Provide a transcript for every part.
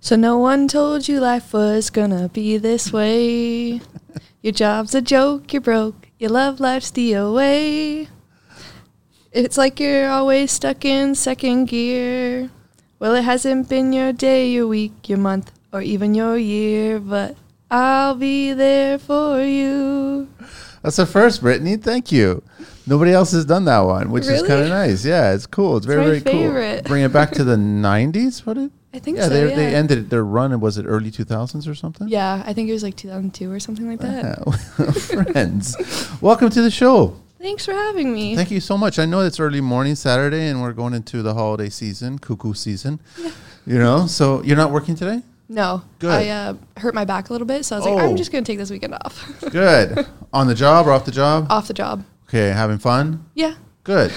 So no one told you life was gonna be this way. Your job's a joke, you're broke, your love life's the away. It's like you're always stuck in second gear. Well, it hasn't been your day, your week, your month, or even your year, but I'll be there for you. That's the first, Brittany. Thank you. Nobody else has done that one, which is Really? kind of nice. Yeah, it's cool. It's very, my very favorite. cool. Bring it back to the 90s, what it? I think yeah, so. they, yeah. they ended it- their run. Was it early 2000s or something? yeah, I think it was like 2002 or something like that. Yeah. Friends, welcome to the show. Thanks for having me. Thank you so much. I know it's early morning Saturday, and we're going into the holiday season, cuckoo season. You know, so you're not working today. no, Good. I uh, hurt my back a little bit, so I was like, Oh. I'm just gonna take this weekend off, Good. On the job or off the job? off the job. Okay, having fun. Yeah, Good.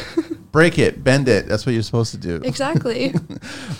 Break it, bend it. That's what you're supposed to do. exactly.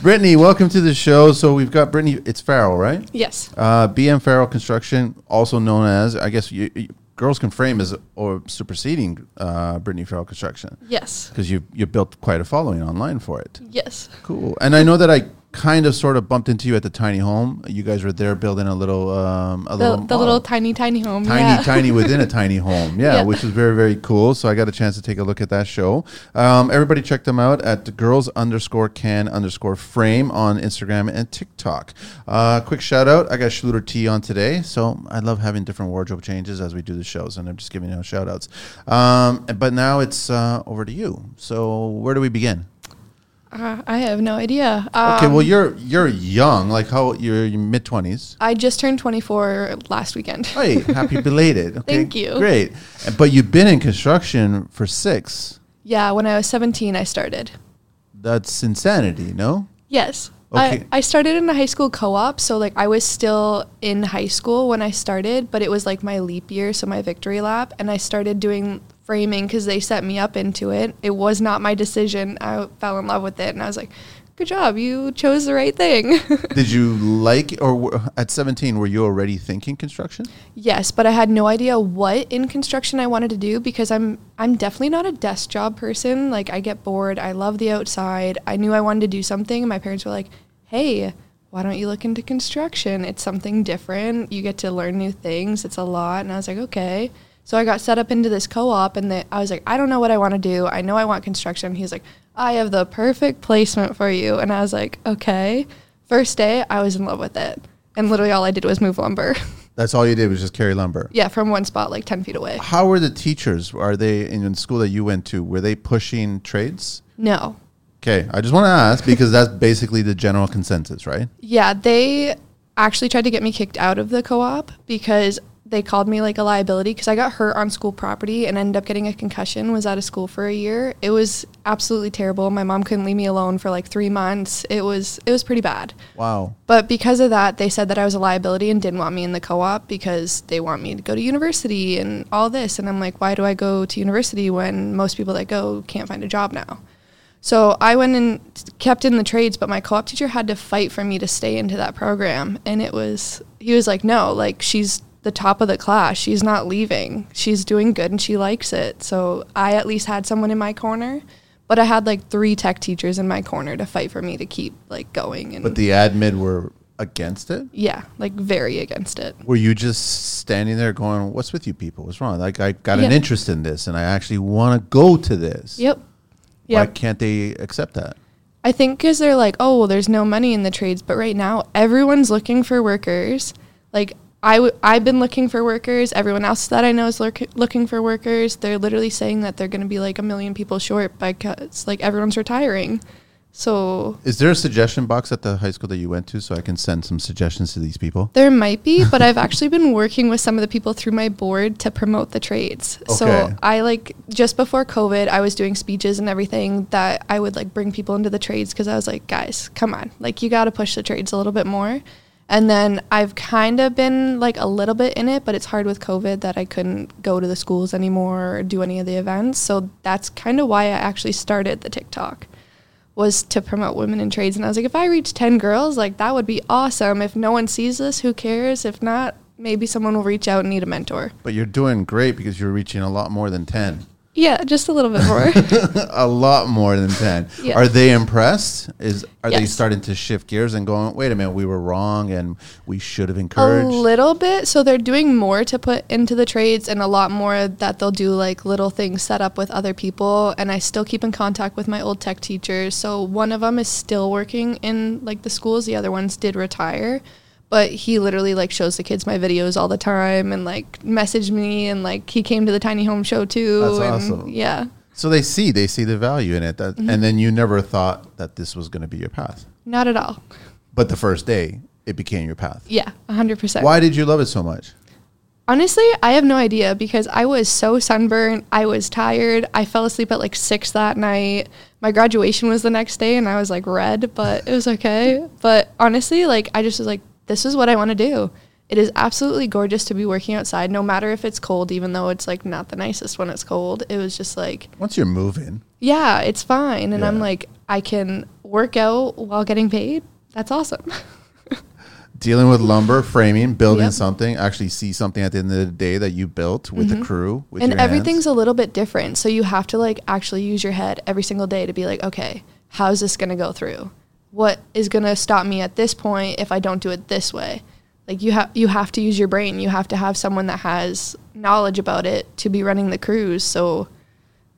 Brittany, welcome to the show. So we've got Brittany. It's Farrell, right? yes, Uh, BM Farrell Construction, also known as, I guess, you, you- Girls Can Frame is or superseding uh, Brittany Farrell Construction yes, because you you built quite a following online for it. yes, Cool. And I know that I kind of sort of bumped into you at the tiny home. You guys were there building a little um, a the, little the model. little tiny tiny home. tiny yeah. tiny within a tiny home. Yeah, Yeah. which was very very cool. So I got a chance to take a look at that show. Um, everybody check them out at the girls underscore can underscore frame on Instagram and TikTok. Uh, quick shout out. I got Schluter T on today, so I love having different wardrobe changes as we do the shows, and I'm just giving out shout outs. Um, but now it's uh, over to you. So where do we begin? Uh, I have no idea. Um, Okay, well you're you're young, like how you're mid twenties. I just turned 24 last weekend. Hey, happy belated. Okay, Thank you. Great, but you've been in construction for six. yeah, when I was 17, I started. That's insanity, no? Yes. Okay. I, I started in a high school co-op, so like I was still in high school when I started, but it was like my leap year, so my victory lap, and I started doing framing because they set me up into it. It was not my decision. I fell in love with it, and I was like, "Good job, you chose the right thing." Did you like, or were- at seventeen, were you already thinking construction? yes, but I had no idea what in construction I wanted to do because I'm I'm definitely not a desk job person. Like I get bored. I love the outside. I knew I wanted to do something, and my parents were like, "Hey." Why don't you look into construction? It's something different. You get to learn new things. It's a lot. And I was like, okay. So I got set up into this co op, and they, I was like, I don't know what I want to do. I know I want construction. He's like, I have the perfect placement for you. And I was like, okay. First day, I was in love with it. And literally all I did was move lumber. That's all you did was just carry lumber. Yeah, from one spot, like 10 feet away. How were the teachers? Are they in, in school that you went to? Were they pushing trades? No. Okay, I just want to ask because that's basically the general consensus, right? Yeah, they actually tried to get me kicked out of the co op because they called me like a liability because I got hurt on school property and ended up getting a concussion, was out of school for a year. It was absolutely terrible. My mom couldn't leave me alone for like three months. It was, it was pretty bad. Wow. But because of that, they said that I was a liability and didn't want me in the co op because they want me to go to university and all this. And I'm like, why do I go to university when most people that go can't find a job now? So I went and kept in the trades, but my co op teacher had to fight for me to stay into that program. And it was, he was like, no, like she's the top of the class. She's not leaving. She's doing good and she likes it. So I at least had someone in my corner. But I had like three tech teachers in my corner to fight for me to keep like going and But the admin were against it. yeah, like very against it. Were you just standing there going, "What's with you people? What's wrong? Like I got an Yeah. interest in this, and I actually want to go to this. Yep. Why Yep. can't they accept that? I think because they're like, oh, well, there's no money in the trades, but right now everyone's looking for workers. Like I, w- I've been looking for workers. Everyone else that I know is lurk- looking for workers. They're literally saying that they're going to be like a million people short because like everyone's retiring. So Is there a suggestion box at the high school that you went to so I can send some suggestions to these people? there might be, but I've actually been working with some of the people through my board to promote the trades. Okay. So I like just before COVID, I was doing speeches and everything that I would like bring people into the trades because I was like, guys, come on, like you got to push the trades a little bit more. And then I've kind of been like a little bit in it, but it's hard with COVID that I couldn't go to the schools anymore or do any of the events. So that's kind of why I actually started the TikTok was to promote women in trades. And I was like, if I reach 10 girls, like that would be awesome. If no one sees this, who cares? If not, maybe someone will reach out and need a mentor. But you're doing great because you're reaching a lot more than 10. Yeah, just a little bit more. a lot more than 10 Yeah. are they impressed is are they Yes. starting to shift gears and going wait a minute we were wrong and we should have a encouraged little bit. So they're doing more to put into the trades and a lot more that they'll do like little things set up with other people. And I still keep in contact with my old tech teachers. So one of them is still working in like the schools, the other ones did retire. But he literally like shows the kids my videos all the time and like messaged me and like he came to the tiny home show too. That's and awesome. Yeah. so they see they see the value in it that, Mm-hmm. and then you never thought that this was going to be your path Not at all. but the first day it became your path Yeah, 100%. why did you love it so much Honestly, I have no idea because I was so sunburned. I was tired. I fell asleep at like six that night. My graduation was the next day and I was like red, but it was okay. But honestly, like I just was like, this is what I want to do. It is absolutely gorgeous to be working outside, no matter if it's cold, even though it's like not the nicest when it's cold. It was just like, once you're moving yeah, it's fine. And I'm Yeah. like, I can work out while getting paid. That's awesome. dealing with lumber framing building Yep. something actually see something at the end of the day that you built with the crew with Mm-hmm. and your hands. everything's a little bit different so you have to like actually use your head every single day to be like okay how's this going to go through what is going to stop me at this point if i don't do it this way like you have you have to use your brain you have to have someone that has knowledge about it to be running the cruise so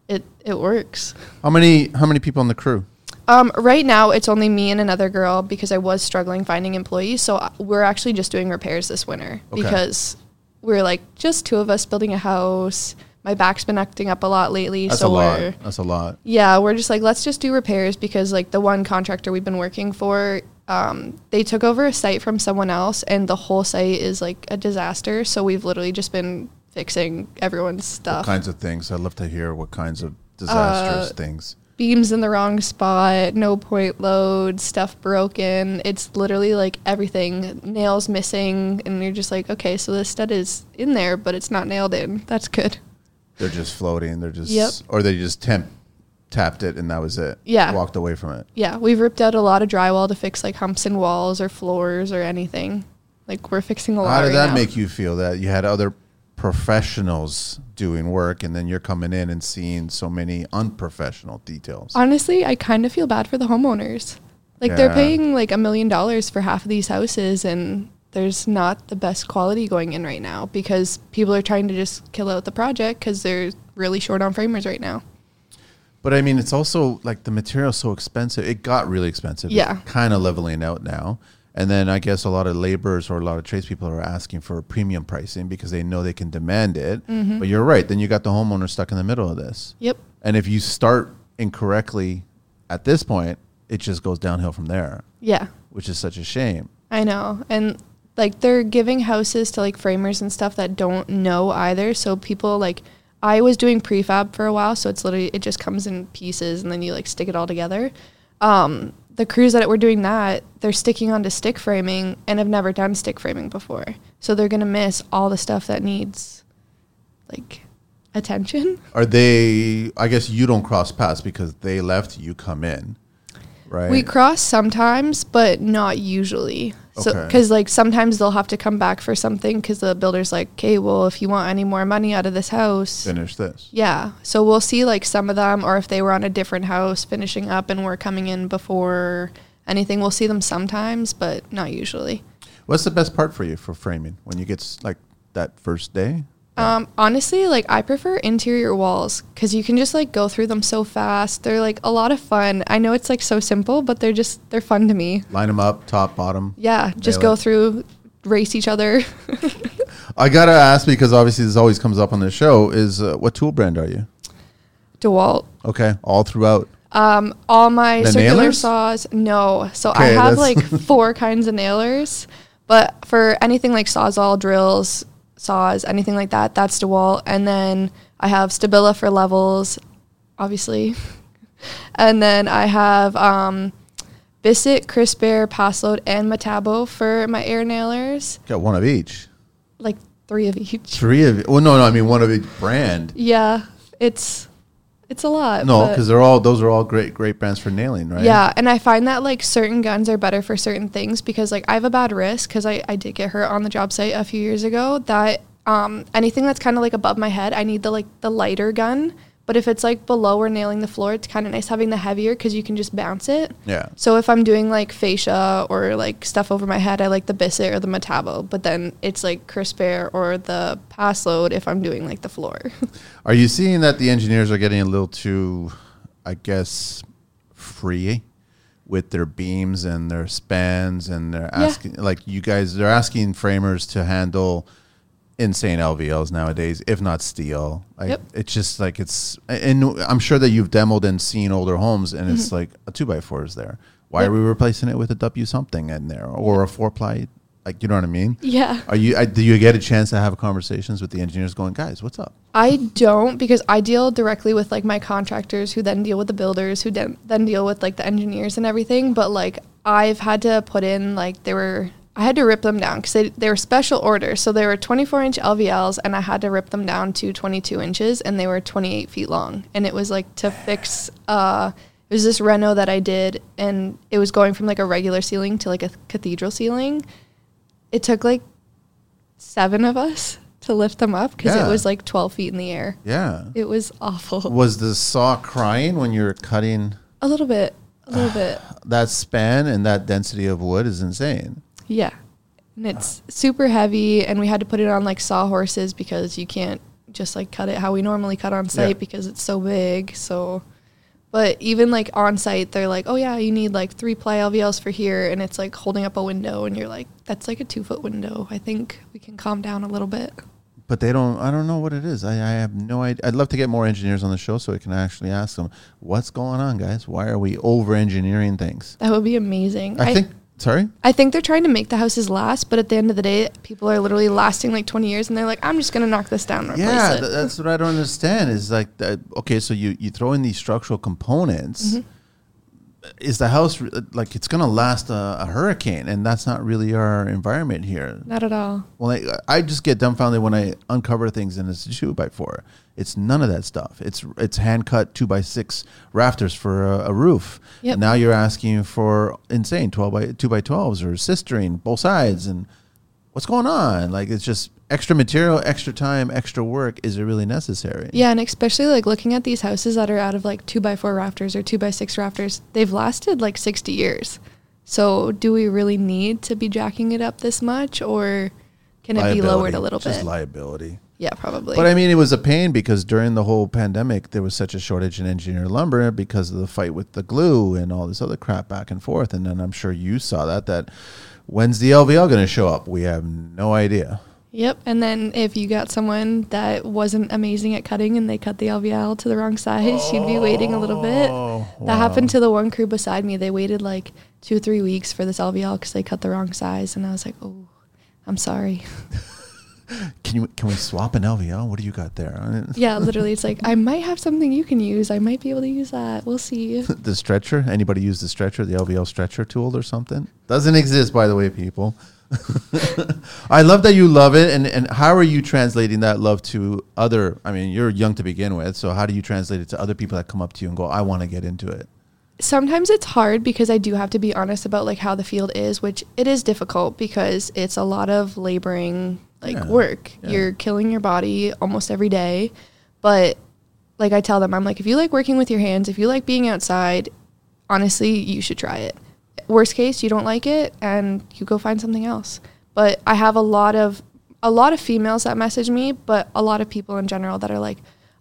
it it works how many how many people on the crew um, right now it's only me and another girl because i was struggling finding employees so uh, we're actually just doing repairs this winter Okay. because we're like just two of us building a house my back's been acting up a lot lately that's so a lot we're that's a lot yeah, we're just like, let's just do repairs because like the one contractor we've been working for, um, they took over a site from someone else and the whole site is like a disaster. So we've literally just been fixing everyone's what stuff. kinds of things i'd love to hear what kinds of Uh, disastrous things Beams in the wrong spot, no point load, stuff broken. It's literally like everything, nails missing, and you're just like, okay, so this stud is in there, but it's not nailed in. That's good. They're just floating. They're just, Yep. or they just temp, tapped it and that was it. Yeah. Walked away from it. Yeah, we've ripped out a lot of drywall to fix like humps in walls or floors or anything. Like we're fixing a lot. How did right that now. make you feel that you had other professionals doing work and then you're coming in and seeing so many unprofessional details? Honestly, I kind of feel bad for the homeowners. Like they're Yeah. paying like a million dollars for half of these houses and there's not the best quality going in right now because people are trying to just kill out the project cuz they're really short on framers right now. But I mean, it's also like the material's so expensive. It got really expensive. Yeah. Kind of leveling out now. And then I guess a lot of laborers or a lot of tradespeople are asking for premium pricing because they know they can demand it. But you're right. Then you got the homeowner stuck in the middle of this. Yep. And if you start incorrectly at this point, it just goes downhill from there, Yeah. which is such a shame. I know. And like they're giving houses to like framers and stuff that don't know either. So people like I was doing prefab for a while, so it's literally it just comes in pieces and then you like stick it all together. Um the crews that were doing that, they're sticking onto stick framing and have never done stick framing before. So they're gonna miss all the stuff that needs like attention. Are they, I guess you don't cross paths because they left, you come in, right? We cross sometimes, but not usually. So, Okay. because like sometimes they'll have to come back for something because the builder's like, okay, well, if you want any more money out of this house, Finish this. yeah. So we'll see like some of them, or if they were on a different house finishing up and we're coming in before anything, we'll see them sometimes, but not usually. What's the best part for you for framing when you get s- like that first day? Um, honestly, like I prefer interior walls because you can just like go through them so fast. They're like a lot of fun. I know it's like so simple, but they're just they're fun to me. Line them up, top, bottom. Yeah, just Nail go it. through, race each other. I gotta ask because obviously this always comes up on the show. Is uh, what tool brand are you? DeWalt. Okay, all throughout. All my The circular nailers? saws, no. So I Okay, have that's- like four kinds of nailers, but for anything like sawzall, drills, saws, anything like that, that's DeWalt. And then I have Stabila for levels, obviously. and then I have um, Bissett, Crisp Air, Passload, and Metabo for my air nailers, Got one of each. like three of each. Three of. Well, no, no. I mean one of each brand. Yeah, it's it's a lot. No, but- because they're all those are all great great brands for nailing, right? Yeah, and I find that like certain guns are better for certain things because like I have a bad wrist because I, I did get hurt on the job site a few years ago. That um anything that's kind of like above my head, I need the like the lighter gun, But if it's like below or nailing the floor, it's kind of nice having the heavier because you can just bounce it. Yeah. So if I'm doing like fascia or like stuff over my head, I like the Bissett or the Metabo, but then it's like crisp air or the pass load if I'm doing like the floor. Are you seeing that the engineers are getting a little too, I guess, free with their beams and their spans and they're Yeah. asking like you guys they're asking framers to handle insane LVLs nowadays, if not steel. Like Yep. it's just like it's and I'm sure that you've demoed and seen older homes and it's like a two by four is there. Why Mm-hmm. Yep. are we replacing it with a W something in there or a four ply? Like you know what I mean? yeah. Are you? I, do you get a chance to have conversations with the engineers? Going, guys, what's up? I don't because I deal directly with like my contractors who then deal with the builders who den- then deal with like the engineers and everything. But like I've had to put in like they were I had to rip them down because they, they were special orders. So they were 24 inch LVLs and I had to rip them down to 22 inches and they were 28 feet long. And it was like to fix uh it was this reno that I did and it was going from like a regular ceiling to like a cathedral ceiling. It took like seven of us to lift them up because Yeah. it was like 12 feet in the air. Yeah. It was awful. Was the saw crying when you're cutting A little bit, a little bit. that span and that density of wood is insane. Yeah. And it's super heavy, and we had to put it on like sawhorses because you can't just like cut it how we normally cut on site Yeah. because it's so big. So, but even like on site, they're like, oh yeah, you need like three ply LVLs for here. And it's like holding up a window, and you're like, that's like a two foot window. I think we can calm down a little bit. But they don't. I don't know what it is. I, I have no idea. I'd love to get more engineers on the show so I can actually ask them what's going on, guys. Why are we over engineering things? That would be amazing. I, think. Sorry. I think they're trying to make the houses last, but at the end of the day, people are literally lasting like 20 years, and they're like, I'm just gonna knock this down and replace Yeah, it. th- that's what I don't understand. Is like that. Okay, so you you throw in these structural components. Is the house re- like it's gonna last a, a hurricane? And that's not really our environment here. Not at all. Well, I, I just get dumbfounded when I uncover things and it's a two by four. It's none of that stuff. It's it's hand cut two by six rafters for a, a roof. Yep. Now you're asking for insane twelve by two by twelves or sistering both sides and what's going on? Like it's just extra material, extra time, extra work. Is it really necessary? Yeah, and especially like looking at these houses that are out of like two by four rafters or two by six rafters, they've lasted like 60 years. So do we really need to be jacking it up this much, or can it be lowered a little Just bit? liability. yeah, probably. But I mean, it was a pain because during the whole pandemic, there was such a shortage in engineered lumber because of the fight with the glue and all this other crap back and forth. And then I'm sure you saw that. That when's the LVL going to show up? We have no idea. yep. And then if you got someone that wasn't amazing at cutting and they cut the LVL to the wrong size, you'd be waiting a little bit. That happened to the one crew beside me. They waited like two, three weeks for this LVL because they cut the wrong size, and I was like, "Oh, I'm sorry." Can you can we swap an LVL? What do you got there? yeah, literally, it's like I might have something you can use. I might be able to use that. We'll see. the stretcher. Anybody use the stretcher, the LVL stretcher tool or something? Doesn't exist, by the way, people. I love that you love it, and and how are you translating that love to other? I mean, you're young to begin with, so how do you translate it to other people that come up to you and go, "I want to get into it"? Sometimes it's hard because I do have to be honest about like how the field is, which it is difficult because it's a lot of laboring like Yeah, work. yeah. You're killing your body almost every day, but like I tell them, I'm like, if you like working with your hands, if you like being outside, honestly, you should try it. Worst case, you don't like it and you go find something else. But I have a lot of a lot of females that message me, but a lot of people in general that are like,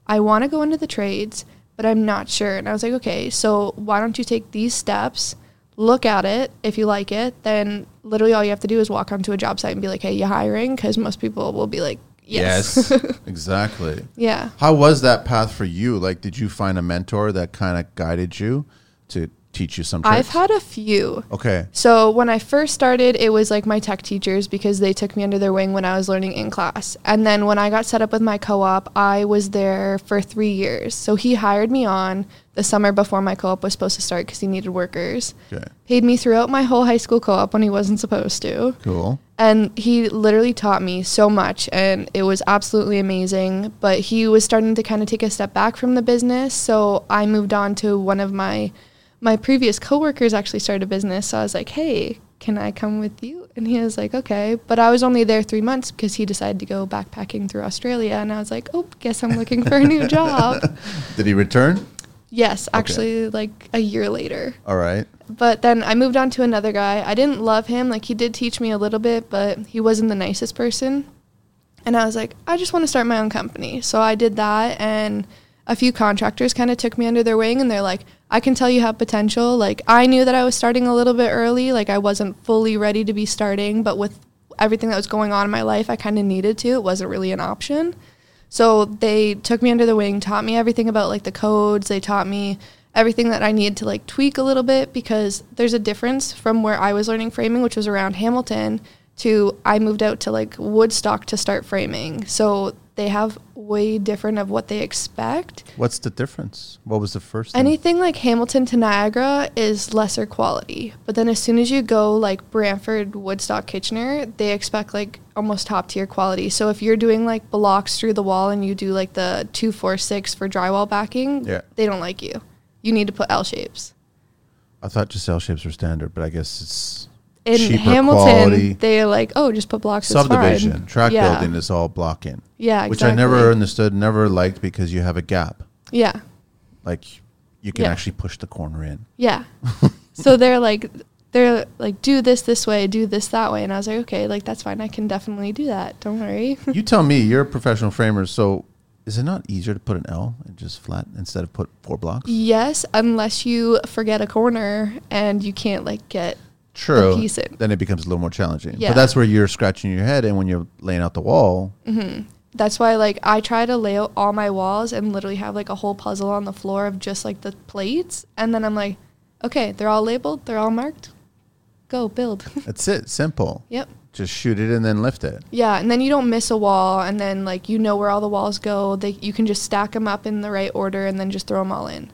I want to go into the trades, but I'm not sure. And I was like, okay, so why don't you take these steps? Look at it. If you like it, then literally all you have to do is walk onto a job site and be like, hey, you hiring? Because most people will be like, yes. exactly. yeah. How was that path for you? Like, did you find a mentor that kind of guided you to teach you some? Tricks? I've had a few. okay. So when I first started, it was like my tech teachers because they took me under their wing when I was learning in class. And then when I got set up with my co-op, I was there for three years. So he hired me on the summer before my co-op was supposed to start because he needed workers. Okay. Paid me throughout my whole high school co-op when he wasn't supposed to. Cool. And he literally taught me so much, and it was absolutely amazing. But he was starting to kind of take a step back from the business, so I moved on to one of my my previous coworkers actually started a business. So I was like, "Hey, can I come with you? And he was like, okay. But I was only there three months because he decided to go backpacking through Australia. And I was like, oh, guess I'm looking for a new job. Did he return? Yes, actually, like a year later. All right. But then I moved on to another guy. I didn't love him. Like, he did teach me a little bit, but he wasn't the nicest person. And I was like, I just want to start my own company. So I did that. And a few contractors kind of took me under their wing and they're like, I can tell you have potential. Like, I knew that I was starting a little bit early. Like, I wasn't fully ready to be starting, but with everything that was going on in my life, I kind of needed to. It wasn't really an option. So they took me under the wing, taught me everything about like the codes. They taught me everything that I needed to like tweak a little bit because there's a difference from where I was learning framing, which was around Hamilton, to I moved out to like Woodstock to start framing. So they have way different of what they expect. What's the difference? What was the first thing? Anything like Hamilton to Niagara is lesser quality. But then as soon as you go like Brantford, Woodstock, Kitchener, they expect like almost top tier quality. So if you're doing like blocks through the wall and you do like the 246 for drywall backing, Yeah. they don't like you. You need to put L shapes. I thought just L shapes were standard, but I guess it's In cheaper Hamilton, quality. they're like, oh, just put blocks. it's fine." subdivision, track yeah. building is all block in. Yeah, Which I exactly. never understood, never liked because you have a gap. Yeah. Like you can Yeah. actually push the corner in. Yeah. so they're like, they're like, do this this way, do this that way. And I was like, okay, like, that's fine. I can definitely do that. Don't worry. you tell me, you're a professional framer, so is it not easier to put an L and just flat instead of put four blocks? Yes, unless you forget a corner and you can't like get True. piece it. Then it becomes a little more challenging. Yeah. But that's where you're scratching your head, and when you're laying out the wall, that's why like I try to lay out all my walls and literally have like a whole puzzle on the floor of just like the plates and then I'm like, okay, they're all labeled, they're all marked. Go build. that's it. Simple. yep. Just shoot it and then lift it. Yeah, and then you don't miss a wall and then like you know where all the walls go. They you can just stack them up in the right order and then just throw them all in.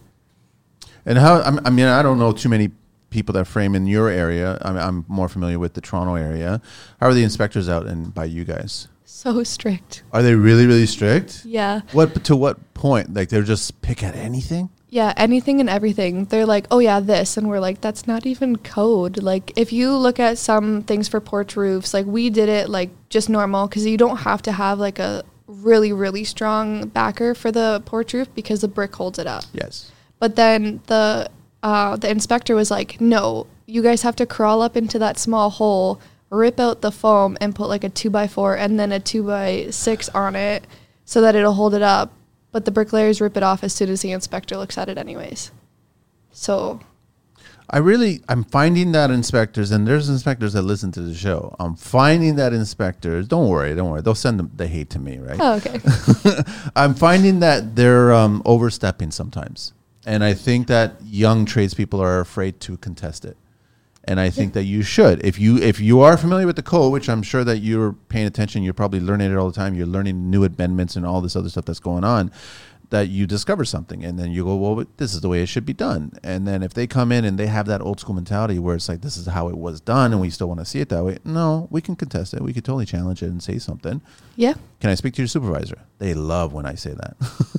And how? I'm- I mean, I don't know too many people that frame in your area. I'm, I'm more familiar with the Toronto area. How are the inspectors out and by you guys? So strict. Are they really really strict? Yeah. What to what point? Like they're just pick at anything. Yeah, anything and everything. They're like, oh yeah, this, and we're like, that's not even code. Like, if you look at some things for porch roofs, like we did it like just normal because you don't have to have like a really really strong backer for the porch roof because the brick holds it up. Yes. But then the uh, the inspector was like, no, you guys have to crawl up into that small hole, rip out the foam, and put like a two by four and then a two by six on it so that it'll hold it up. But the bricklayers rip it off as soon as the inspector looks at it, anyways. So I really, I'm finding that inspectors, and there's inspectors that listen to the show. I'm finding that inspectors. Don't worry, don't worry. They'll send them the hate to me, right? oh, okay, I'm finding that they're um, overstepping sometimes, and I think that young tradespeople are afraid to contest it. And I think that you should, if you if you are familiar with the code, which I'm sure that you're paying attention, you're probably learning it all the time. You're learning new amendments and all this other stuff that's going on. That you discover something, and then you go, well, this is the way it should be done. And then if they come in and they have that old school mentality where it's like this is how it was done, and we still want to see it that way, no, we can contest it. We could totally challenge it and say something. yeah, Can I speak to your supervisor? They love when I say that.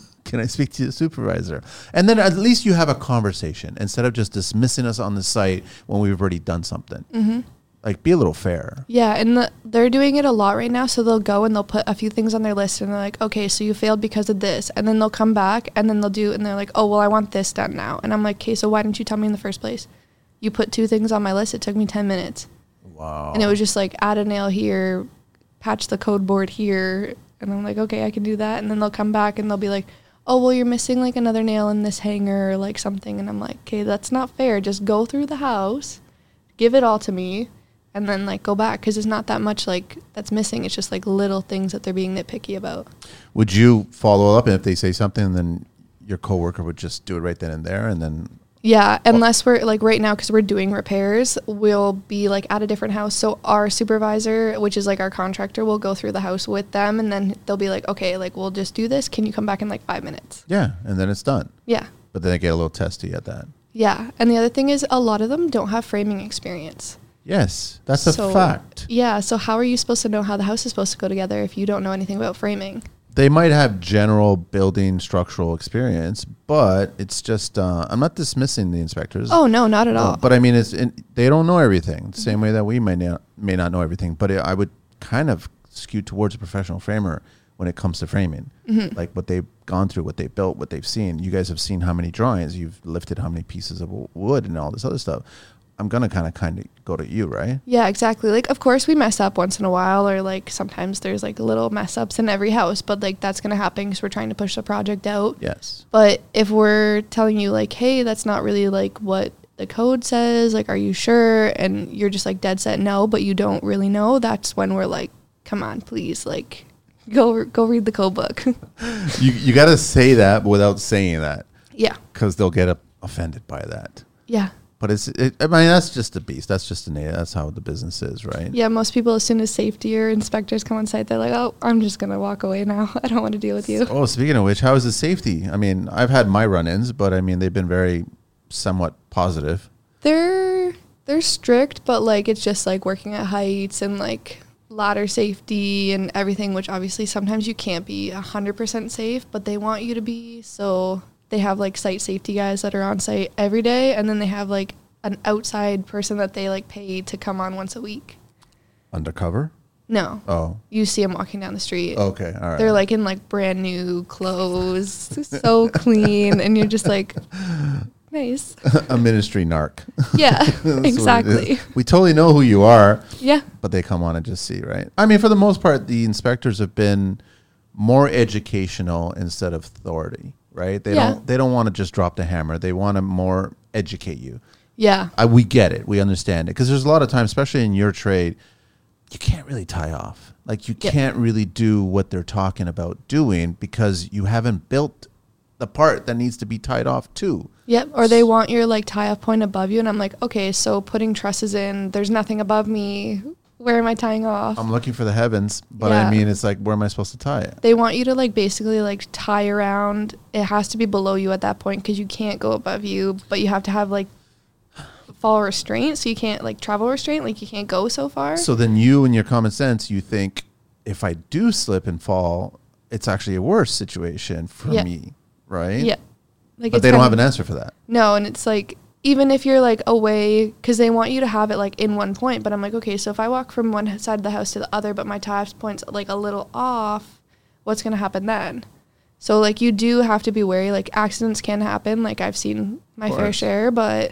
Can I speak to your supervisor? And then at least you have a conversation instead of just dismissing us on the site when we've already done something. Like, be a little fair. yeah. And the, they're doing it a lot right now. So they'll go and they'll put a few things on their list, and they're like, okay, so you failed because of this, and then they'll come back and then they'll do, and they're like, oh well, I want this done now, and I'm like, okay, so why didn't you tell me in the first place? You put two things on my list. It took me ten minutes. Wow. and it was just like add a nail here, patch the code board here, and I'm like, okay, I can do that. And then they'll come back and they'll be like, oh well, you're missing like another nail in this hanger or like something, and I'm like, okay, that's not fair. Just go through the house, give it all to me, and then like go back because it's not that much like that's missing. It's just like little things that they're being nitpicky about. Would you follow up? And if they say something, then your coworker would just do it right then and there. And then, Yeah, unless we're like right now because we're doing repairs, we'll be like at a different house. So our supervisor, which is like our contractor, will go through the house with them, and then they'll be like, "Okay, like we'll just do this. Can you come back in like five minutes?" yeah, and then it's done. Yeah, But then I get a little testy at that. yeah. And the other thing is, a lot of them don't have framing experience. Yes, that's a fact. Yeah. So how are you supposed to know how the house is supposed to go together if you don't know anything about framing? they might have general building structural experience, but it's just uh, I'm not dismissing the inspectors. Oh no, not at Uh, all. but I mean, it's it, they don't know everything the same way that we may not may not know everything. But it, I would kind of skew towards a professional framer when it comes to framing, like what they've gone through, what they built, what they've seen. You guys have seen how many drawings you've lifted, how many pieces of wo- wood, and all this other stuff. I'm gonna kind of kind of go to you, right? Yeah, exactly. Like, of course, we mess up once in a while, or like sometimes there's like little mess ups in every house, but like that's going to happen because we're trying to push the project out. Yes. But if we're telling you, like, hey, that's not really like what the code says, like, are you sure? And you're just like dead set no, but you don't really know, that's when we're like, come on, please, like, go go read the code book. you you gotta say that without saying that, yeah. because they'll get uh, offended by that. Yeah. But it's it, I mean that's just the beast. That's just the na- that's how the business is, right? Yeah, most people, as soon as safety or inspectors come on site, they're like, oh, I'm just going to walk away now. I don't want to deal with you. Oh, speaking of which, how is the safety? I mean, I've had my run-ins, but I mean, they've been very somewhat positive. They're they're strict, but like it's just like working at heights and like ladder safety and everything, which obviously sometimes you can't be hundred percent safe, but they want you to be. So they have like site safety guys that are on site every day, and then they have like an outside person that they like pay to come on once a week. Undercover? No, Oh, you see them walking down the street. okay, all Oh, right. They're like in like brand new clothes, so clean, and you're just like, nice. a ministry narc. Yeah, That's what it is. exactly. We totally know who you are, Yeah. but they come on and just see, right? I mean, for the most part, the inspectors have been more educational instead of authority, right? They Yeah. don't they don't want to just drop the hammer. They want to more educate you. Yeah. I, we get it. We understand it because there's a lot of times, especially in your trade, you can't really tie off. Like you Yeah. can't really do what they're talking about doing because you haven't built the part that needs to be tied off to. Yep. Or they want your like tie off point above you, and I'm like, okay, so putting trusses in, there's nothing above me. Where am I tying off? I'm looking for the heavens, but I Yeah. mean, it's like, where am I supposed to tie it? they want you to like basically like tie around. It has to be below you at that point because you can't go above you, but you have to have like fall restraint, so you can't like travel restraint, like you can't go so far. So then you and your common sense, you think if I do slip and fall, it's actually a worse situation for Yeah. me, right? yeah. Like But it's they don't kinda- have an answer for that. No, and it's like even if you're like away because they want you to have it like in one point, but I'm like, okay, so if I walk from one side of the house to the other, but my tie point's like a little off, what's gonna happen then? So like you do have to be wary. Like accidents can happen. Like I've seen my fair course. share, but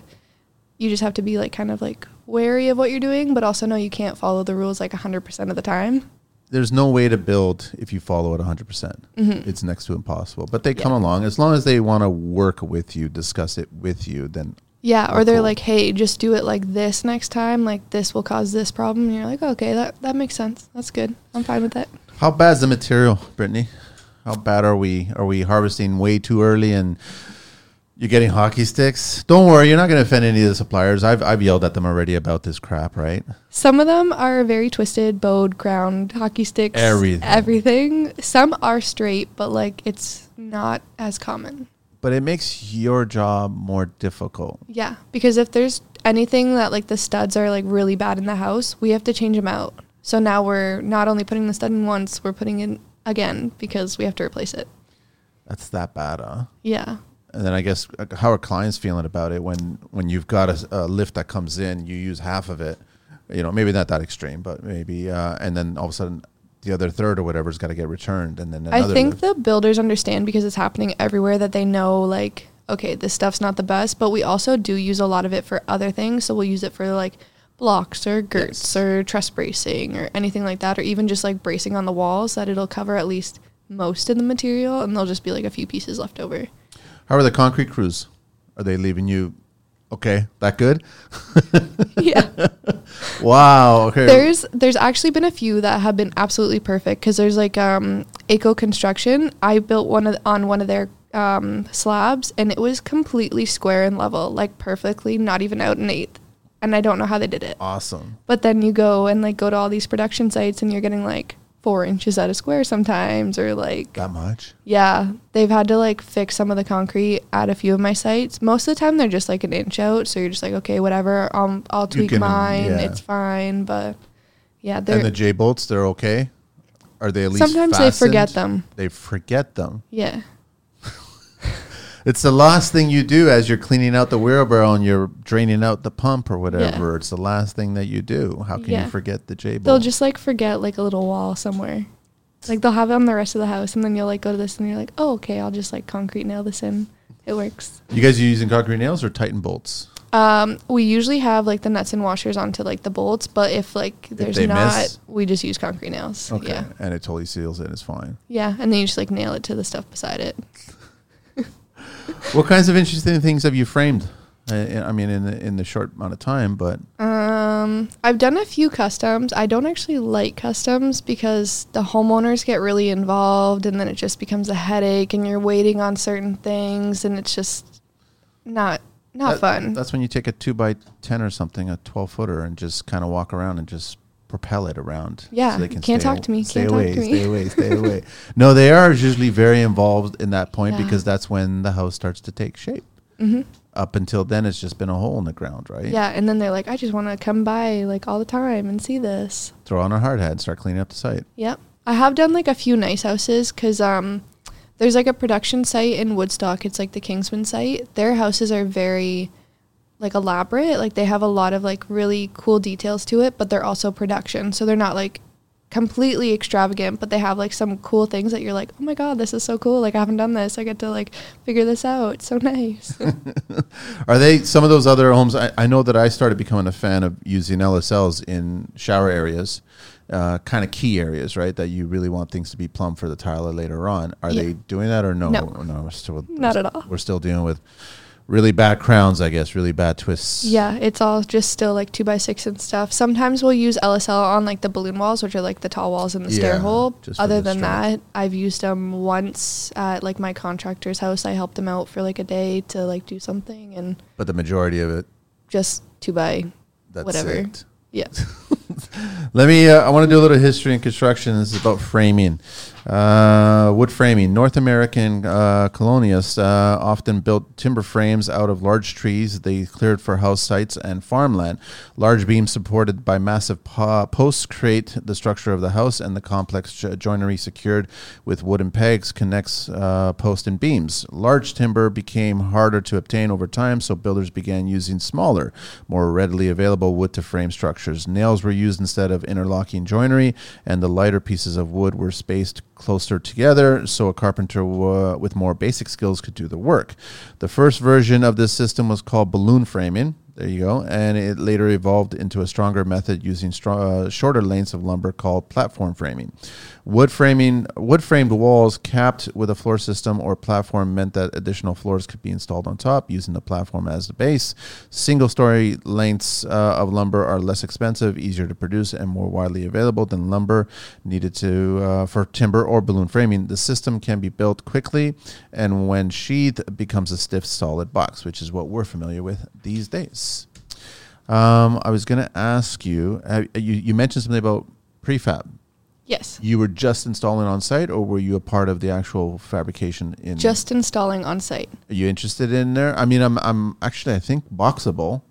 you just have to be like kind of like wary of what you're doing, but also know you can't follow the rules like 100% of the time. there's no way to build if you follow it 100%. percent It's next to impossible. But they come along as long as they want to work with you, discuss it with you, then Yeah, Oh, or they're cool. like, hey, just do it like this next time. Like this will cause this problem. And you're like, okay, that, that makes sense. That's good. I'm fine with that. how bad's the material, Brittany? How bad are we? Are we harvesting way too early and you're getting hockey sticks? Don't worry, you're not going to offend any of the suppliers. I've, I've yelled at them already about this crap, right? Some of them are very twisted, bowed, crowned, hockey sticks, Everything. everything. Some are straight, but like it's not as common. But it makes your job more difficult. Yeah, because if there's anything that like the studs are like really bad in the house, we have to change them out. So now we're not only putting the stud in once, we're putting it again because we have to replace it. That's that bad, huh? Yeah. And then I guess uh, how are clients feeling about it when when you've got a, s- a lift that comes in, you use half of it, you know, maybe not that extreme, but maybe, uh, and then all of a sudden the other third or whatever's got to get returned, and then another. I think lift. the builders understand because it's happening everywhere that they know like okay this stuff's not the best but we also do use a lot of it for other things so we'll use it for like blocks or girts Yes. or truss bracing or anything like that or even just like bracing on the walls that it'll cover at least most of the material and there'll just be like a few pieces left over how are the concrete crews? Are they leaving you? Okay, that good. yeah Wow. Okay. There's there's actually been a few that have been absolutely perfect because there's like um Aco Construction. I built one of, on one of their um, slabs and it was completely square and level, like perfectly, not even out an eighth. And I don't know how they did it. awesome. But then you go and like go to all these production sites and you're getting like four inches out of square sometimes or like That much. yeah, they've had to like fix some of the concrete at a few of my sites. Most of the time, they're just like an inch out, so you're just like, okay, whatever. I'll I'll tweak can- mine. yeah. It's fine, but yeah, And they're the J bolts, they're okay. are they at least Sometimes they forget fastened? them. They forget them. Yeah. It's the last thing you do as you're cleaning out the wheelbarrow and you're draining out the pump or whatever. It's the last thing that you do. How can Yeah. you forget the J They'll bowl? just like forget like a little wall somewhere. Like they'll have it on the rest of the house and then you'll like go to this and you're like, oh, okay, I'll just like concrete nail this in. It works. You guys are using concrete nails or Titan bolts? Um, we usually have like the nuts and washers onto like the bolts, but if like there's they not, miss- we just use concrete nails. Okay. Yeah. And it totally seals it. It's fine. Yeah. And then you just like nail it to the stuff beside it. what kinds of interesting things have you framed? I, I mean, in the, in the short amount of time, but Um, I've done a few customs. I don't actually like customs because the homeowners get really involved and then it just becomes a headache and you're waiting on certain things and it's just not not that- fun. That's when you take a two by ten or something, a twelve footer, and just kind of walk around and just propel it around. Yeah, they can't stay talk aw- to me, Stay can't talk away. to me. Stay away. Stay away. No, they are usually very involved in that point Yeah. Mm-hmm. because that's when the house starts to take shape. Up until then, it's just been a hole in the ground, right? Yeah, and then they're like, I just want to come by like all the time and see this. Throw on a hard hat and start cleaning up the site. Yep. I have done like a few nice houses because um, there's like a production site in Woodstock. It's like the Kingsman site. Their houses are very like elaborate. Like they have a lot of like really cool details to it, but they're also production. So they're not like completely extravagant, but they have like some cool things that you're like, oh my God, this is so cool. Like I haven't done this. I get to like figure this out. It's so nice. Are they some of those other homes? I, I know that I started becoming a fan of using LSLs in shower areas, uh, kind of key areas, right? That you really want things to be plumb for the tiler later on. Are Yeah. they doing that or no? No. we're still, Not at all. We're still dealing with really bad crowns, I guess, really bad twists. Yeah, it's all just still like two by six and stuff. Sometimes we'll use LSL on like the balloon walls, which are like the tall walls and the stair Yeah, hole. just for Other the than strength. that, I've used them once at like my contractor's house. I helped him out for like a day to like do something and But the majority of it, just two by that's whatever. it. Yeah. Let me. Uh, I want to do a little history and construction. This is about framing, uh, wood framing. North American uh, colonists uh, often built timber frames out of large trees they cleared for house sites and farmland. Large beams supported by massive po- posts create the structure of the house, and the complex jo- joinery secured with wooden pegs connects uh, post and beams. Large timber became harder to obtain over time, so builders began using smaller, more readily available wood to frame structures. Nails were used instead of interlocking joinery, and the lighter pieces of wood were spaced closer together, so a carpenter wa with more basic skills could do the work. The first version of this system was called balloon framing. There you go. And it later evolved into a stronger method using stro- uh, shorter lengths of lumber called platform framing. Wood framing, wood framed walls capped with a floor system or platform meant that additional floors could be installed on top using the platform as the base. Single story lengths uh, of lumber are less expensive, easier to produce, and more widely available than lumber needed to uh, for timber or balloon framing. The system can be built quickly, and when sheathed, becomes a stiff, solid box, which is what we're familiar with these days. Um, I was going to ask you, uh, you, you mentioned something about prefab. yes. You were just installing on site, or were you a part of the actual fabrication? In Just installing on site. are you interested in there? I mean, I'm I'm actually I think Boxable.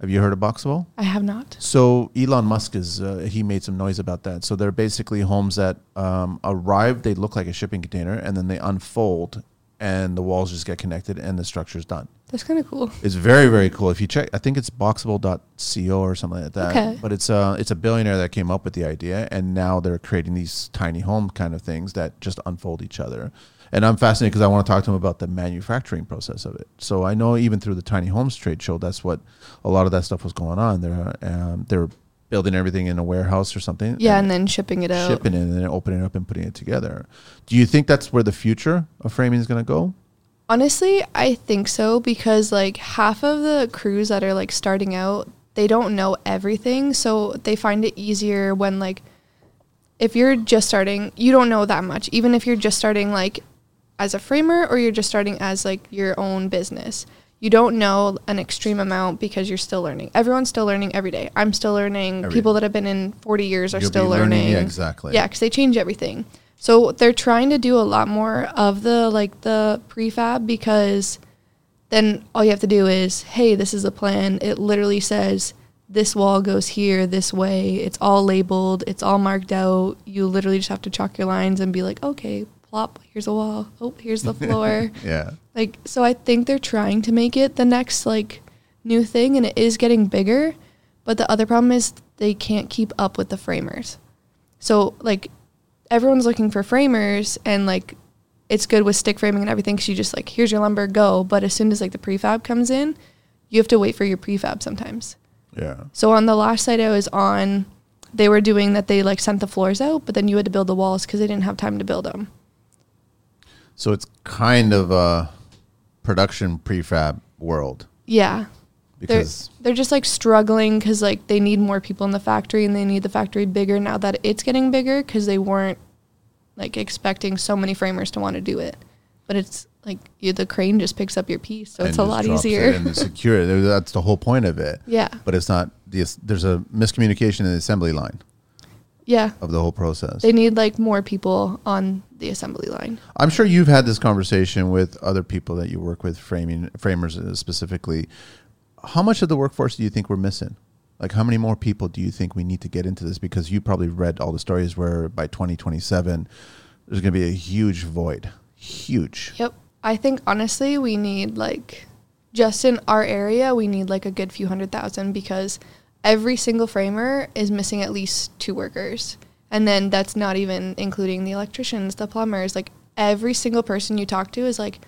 Have you heard of Boxable? I have not. So Elon Musk is uh, he made some noise about that. So they're basically homes that um, arrive, they look like a shipping container, and then they unfold, and the walls just get connected, and the structure's done. That's kind of cool. It's very very cool. If you check, I think it's Boxable.co or something like that. Okay. But it's a it's a billionaire that came up with the idea, and now they're creating these tiny home kind of things that just unfold each other. And I'm fascinated because I want to talk to him about the manufacturing process of it. So I know even through the tiny homes trade show, that's what a lot of that stuff was going on. They're um, they're building everything in a warehouse or something. Yeah, and then shipping it out. shipping it and then opening it up and putting it together. Do you think that's where the future of framing is going to go? Honestly, I think so because like half of the crews that are like starting out, they don't know everything, so they find it easier when like if you're just starting, you don't know that much. Even if you're just starting like as a framer or you're just starting as like your own business. You don't know an extreme amount because you're still learning. Everyone's still learning every day. I'm still learning. Every- People that have been in 40 years are You'll be still learning, learning. yeah, exactly. Yeah, because they change everything. So they're trying to do a lot more of the like the prefab because then all you have to do is, hey, this is the plan. It literally says this wall goes here this way it's all labeled it's all marked out you literally just have to chalk your lines and be like okay plop here's a wall oh here's the floor Yeah. like so i think they're trying to make it the next like new thing and it is getting bigger but the other problem is they can't keep up with the framers so like everyone's looking for framers and like it's good with stick framing and everything because you just like here's your lumber go but as soon as like the prefab comes in you have to wait for your prefab sometimes Yeah. so on the last site I was on, they were doing that they like sent the floors out, but then you had to build the walls because they didn't have time to build them. So it's kind of a production prefab world Yeah. They're, because they're just like struggling because like they need more people in the factory and they need the factory bigger now that it's getting bigger because they weren't like expecting so many framers to want to do it. But it's like you, the crane just picks up your piece, so it's a and just lot drops it easier. and it's secure. There- That's the whole point of it. yeah. But it's not. The, there's a miscommunication in the assembly line Yeah. of the whole process. They need like more people on the assembly line. I'm sure you've had this conversation with other people that you work with, framing framers uh, specifically. How much of the workforce do you think we're missing? Like, how many more people do you think we need to get into this? Because you probably read all the stories where by 2027, there's going to be a huge void. Huge. Yep. I think honestly, we need like just in our area, we need like a good few hundred thousand because every single framer is missing at least two workers. And then that's not even including the electricians, the plumbers. Like every single person you talk to is like,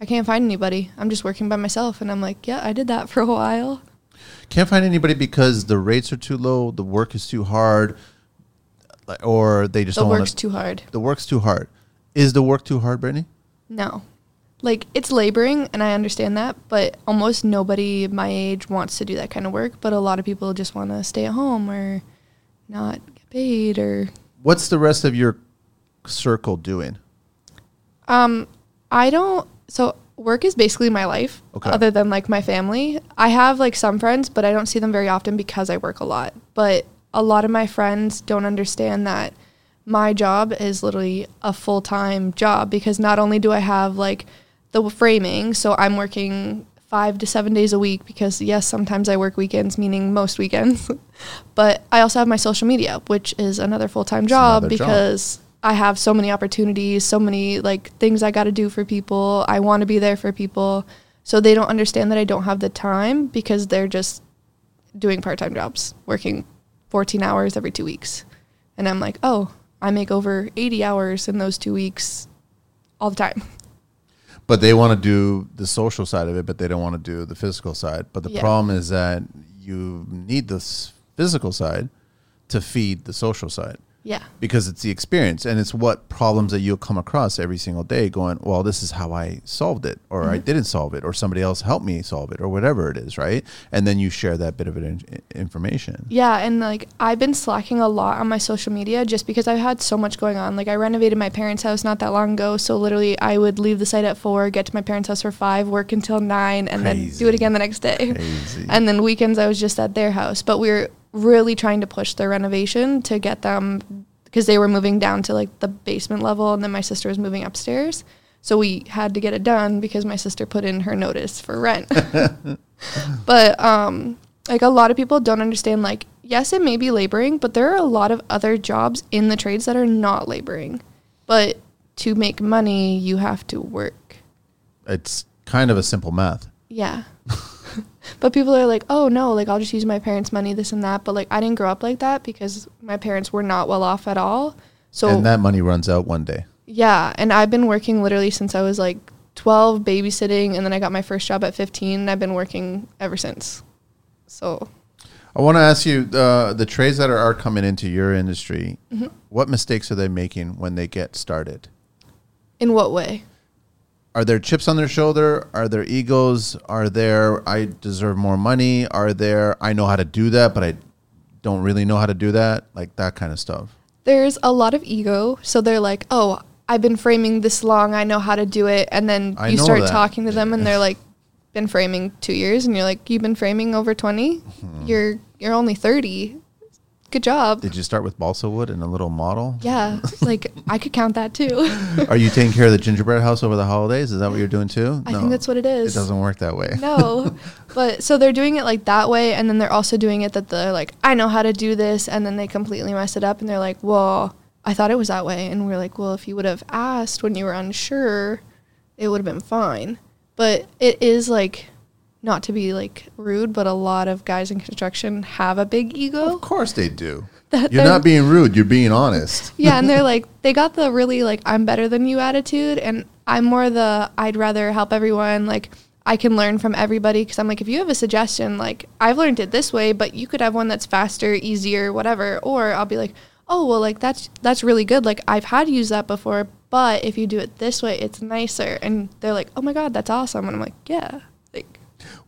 I can't find anybody. I'm just working by myself. And I'm like, yeah, I did that for a while. Can't find anybody because the rates are too low, the work is too hard, like, or they just The don't want work's to. too hard. The work's too hard. Is the work too hard, Brittany? No. Like it's laboring and I understand that, but almost nobody my age wants to do that kind of work, but a lot of people just want to stay at home or not get paid or What's the rest of your circle doing? um I don't so work is basically my life Okay. other than like my family. I have like some friends, but I don't see them very often because I work a lot. But a lot of my friends don't understand that my job is literally a full time job because not only do I have like the framing, so I'm working five to seven days a week because, yes, sometimes I work weekends, meaning most weekends, but I also have my social media, which is another full time job another job. because I have so many opportunities, so many like things I got to do for people. I want to be there for people. So they don't understand that I don't have the time because they're just doing part time jobs, working 14 hours every two weeks. And I'm like, oh, I make over 80 hours in those two weeks all the time. but they want to do the social side of it, but they don't want to do the physical side. But the Yeah. problem is that you need this physical side to feed the social side Yeah. because it's the experience and it's what problems that you'll come across every single day going, well, this is how I solved it, or I didn't solve it, or somebody else helped me solve it, or whatever it is, right? And then you share that bit of in- information. Yeah. And like, I've been slacking a lot on my social media just because I've had so much going on. Like, I renovated my parents' house not that long ago. So literally, I would leave the site at four, get to my parents' house for five, work until nine, and then do Crazy. it again the next day. Crazy. And then weekends, I was just at their house. But we were really trying to push their renovation to get them because they were moving down to like the basement level, and then my sister was moving upstairs. So we had to get it done because my sister put in her notice for rent. but um, like a lot of people don't understand, like, yes, it may be laboring, but there are a lot of other jobs in the trades that are not laboring. But to make money, you have to work. It's kind of a simple math. Yeah. but people are like, oh no, like I'll just use my parents' money, this and that. But like I didn't grow up like that because my parents were not well off at all. So and that money runs out one day. yeah. And I've been working literally since I was like 12, babysitting. And then I got my first job at 15. And I've been working ever since. So I want to ask you uh, the trades that are, are coming into your industry. What mistakes are they making when they get started? in what way? Are there chips on their shoulder? Are there egos? Are there I deserve more money? Are there I know how to do that, but I don't really know how to do that? Like that kind of stuff. There's a lot of ego. So they're like, oh, I've been framing this long. I know how to do it. And then I you know start that. talking to them and they're like, been Hmm. framing two years. And you're like, you've been framing over 20? You're, you're only 30. Good job. Did you start with balsa wood and a little model? Yeah, like I could count that too. Are you taking care of the gingerbread house over the holidays? Is that what you're doing too? I think that's what it is. It doesn't work that way. no, but so they're doing it like that way, and then they're also doing it that they're like, I know how to do this, and then they completely mess it up, and they're like, well, I thought it was that way, and we're like, well, if you would have asked when you were unsure, it would have been fine. But it is like, not to be like rude, but a lot of guys in construction have a big ego. Of course they do. That you're they're- not being rude. You're being honest. yeah, and they're like they got the really like I'm better than you attitude, and I'm more the I'd rather help everyone. Like I can learn from everybody because I'm like if you have a suggestion, like I've learned it this way, but you could have one that's faster, easier, whatever. Or I'll be like, oh well, like that's that's really good. Like I've had to use that before, but if you do it this way, it's nicer. And they're like, oh my god, that's awesome. And I'm like, yeah, like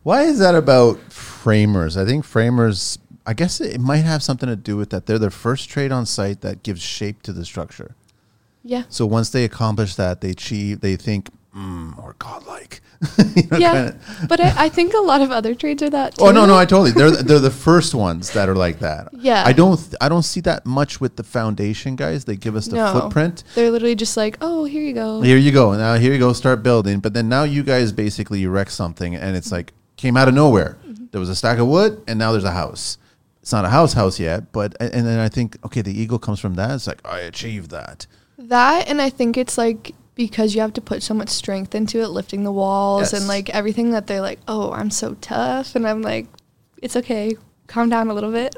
Why is that about framers? I think framers. I guess it might have something to do with that. They're the first trade on site that gives shape to the structure. yeah. So once they accomplish that, they achieve. They think, mm, or godlike. You know, Yeah, kinda- but I, I think a lot of other trades are that. Too. Oh no, no, I totally. They're they're the first ones that are like that. Yeah. I don't th- I don't see that much with the foundation guys. They give us the No. footprint. They're literally just like, oh, here you go. Here you go. Now here you go. Start building. But then now you guys basically erect something, and it's like came out of nowhere. Mm-hmm. There was a stack of wood, and now there's a house. It's not a house house yet, but and and then I think okay, the ego comes from that. It's like I achieved that. That and I think it's like because you have to put so much strength into it, lifting the walls Yes. and like everything that they're like, oh, I'm so tough, and I'm like, it's okay, calm down a little bit.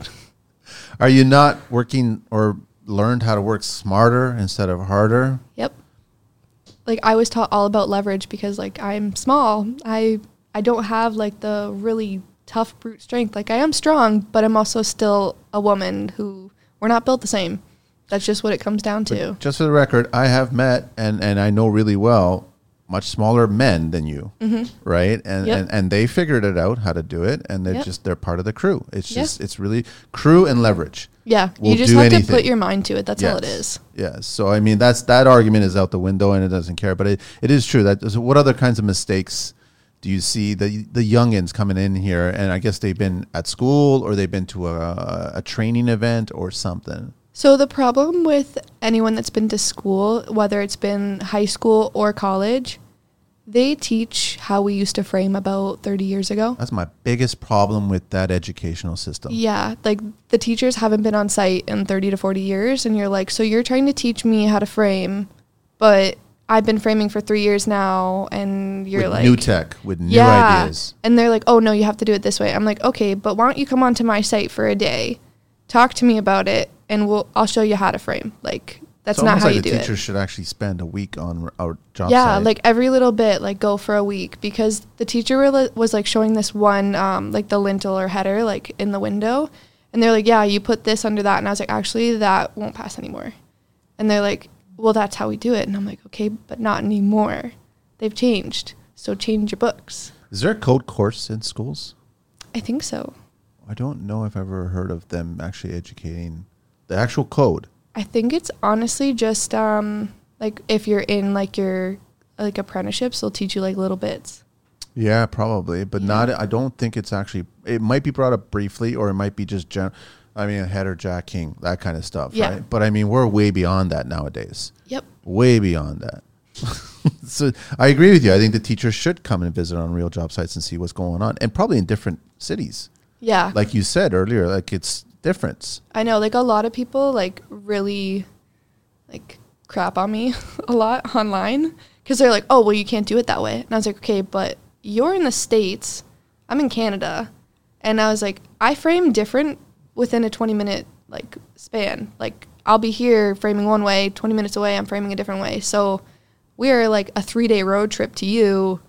Are you not working or learned how to work smarter instead of harder? Yep. Like I was taught all about leverage because like I'm small. I I don't have like the really tough brute strength. Like I am strong, but I'm also still a woman who we're not built the same. That's just what it comes down But to. Just for the record, I have met and, and I know really well much smaller men than you, right? And, Mm-hmm. Yep. and and they figured it out how to do it, and they're Yep. just they're part of the crew. It's Yeah. just it's really crew and leverage. Yeah, We'll you just do have to anything. put your mind to it. That's all it Yes. is. Yes. So I mean that's that argument is out the window and it doesn't care. But it, it is true that so what other kinds of mistakes do you see the the youngins coming in here and I guess they've been at school or they've been to a, a training event or something. So the problem with anyone that's been to school, whether it's been high school or college, they teach how we used to frame about 30 years ago. That's my biggest problem with that educational system. Yeah, like the teachers haven't been on site in 30 to 40 years and you're like, "So you're trying to teach me how to frame, but I've been framing for 3 years now and you're with like new tech with new ideas. And they're like, oh no, you have to do it this way. I'm like, okay, but why don't you come onto my site for a day, talk to me about it, and we'll I'll show you how to frame. Like that's It's not almost how like you the do teachers it. should actually spend a week on r- our job Yeah, site. like every little bit, like go for a week because the teacher were- was like showing this one, um, like the lintel or header, like in the window, and they're like, yeah, you put this under that, and I was like, actually, that won't pass anymore, and they're like, well, that's how we do it, and I'm like, okay, but not anymore. They've changed, so change your books. is there a code course in schools? I think so. I don't know if I've ever heard of them actually educating the actual code. I think it's honestly just um like if you're in like your like apprenticeships, they'll teach you like little bits. Yeah, probably, but not. I don't think it's actually. It might be brought up briefly, or it might be just general. I mean, header jacking, that kind of stuff, Yeah. right? But I mean, we're way beyond that nowadays. Yep. way beyond that. so I agree with you. I think the teachers should come and visit on real job sites and see what's going on, and probably in different cities, Yeah. like you said earlier. Like it's difference. I know like a lot of people like really like crap on me a lot online cuz they're like, "Oh, well you can't do it that way." And I was like, "Okay, but you're in the states. I'm in Canada." And I was like, "I frame different within a 20-minute like span. Like I'll be here framing one way, 20 minutes away I'm framing a different way." So we're like a 3-day road trip to you.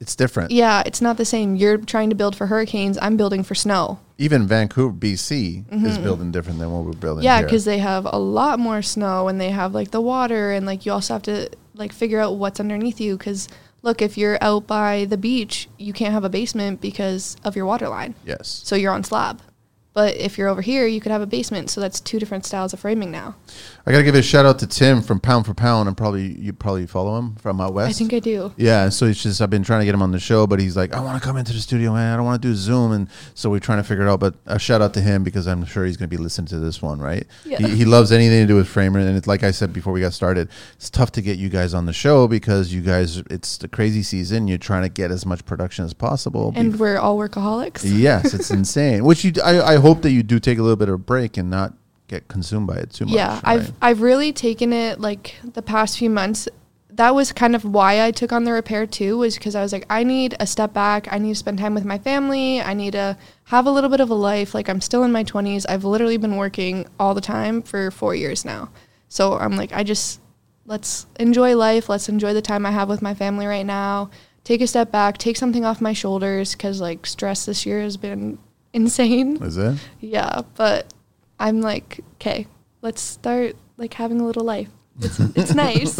It's different. Yeah, it's not the same. You're trying to build for hurricanes, I'm building for snow. Even Vancouver, BC, is building different than what we're building. Mm-hmm. Yeah, here. because they have a lot more snow and they have like the water and like you also have to like figure out what's underneath you. Because look, if you're out by the beach, you can't have a basement because of your water line. yes, So you're on slab. But if you're over here, you could have a basement. So that's two different styles of framing now. I gotta give a shout out to Tim from Pound for Pound. and probably you probably follow him from out west. I think I do. Yeah, so it's just I've been trying to get him on the show, but he's like, I want to come into the studio, man. I don't want to do Zoom, and so we're trying to figure it out. But a shout out to him because I'm sure he's going to be listening to this one, right? Yeah. He, he loves anything to do with Framer, and it's like I said before we got started, it's tough to get you guys on the show because you guys, it's the crazy season. You're trying to get as much production as possible. And we're all workaholics. yes, it's insane. Which you, I, I hope that you do take a little bit of a break and not get consumed by it too much. yeah, right? I've I've really taken it like the past few months. That was kind of why I took on the repair too, was because I was like, I need a step back. I need to spend time with my family. I need to have a little bit of a life. Like I'm still in my 20s. I've literally been working all the time for four years now. So I'm like, I just let's enjoy life. Let's enjoy the time I have with my family right now. Take a step back. Take something off my shoulders because like stress this year has been insane. Is it? Yeah, but I'm like, okay, let's start like having a little life. It's, it's nice.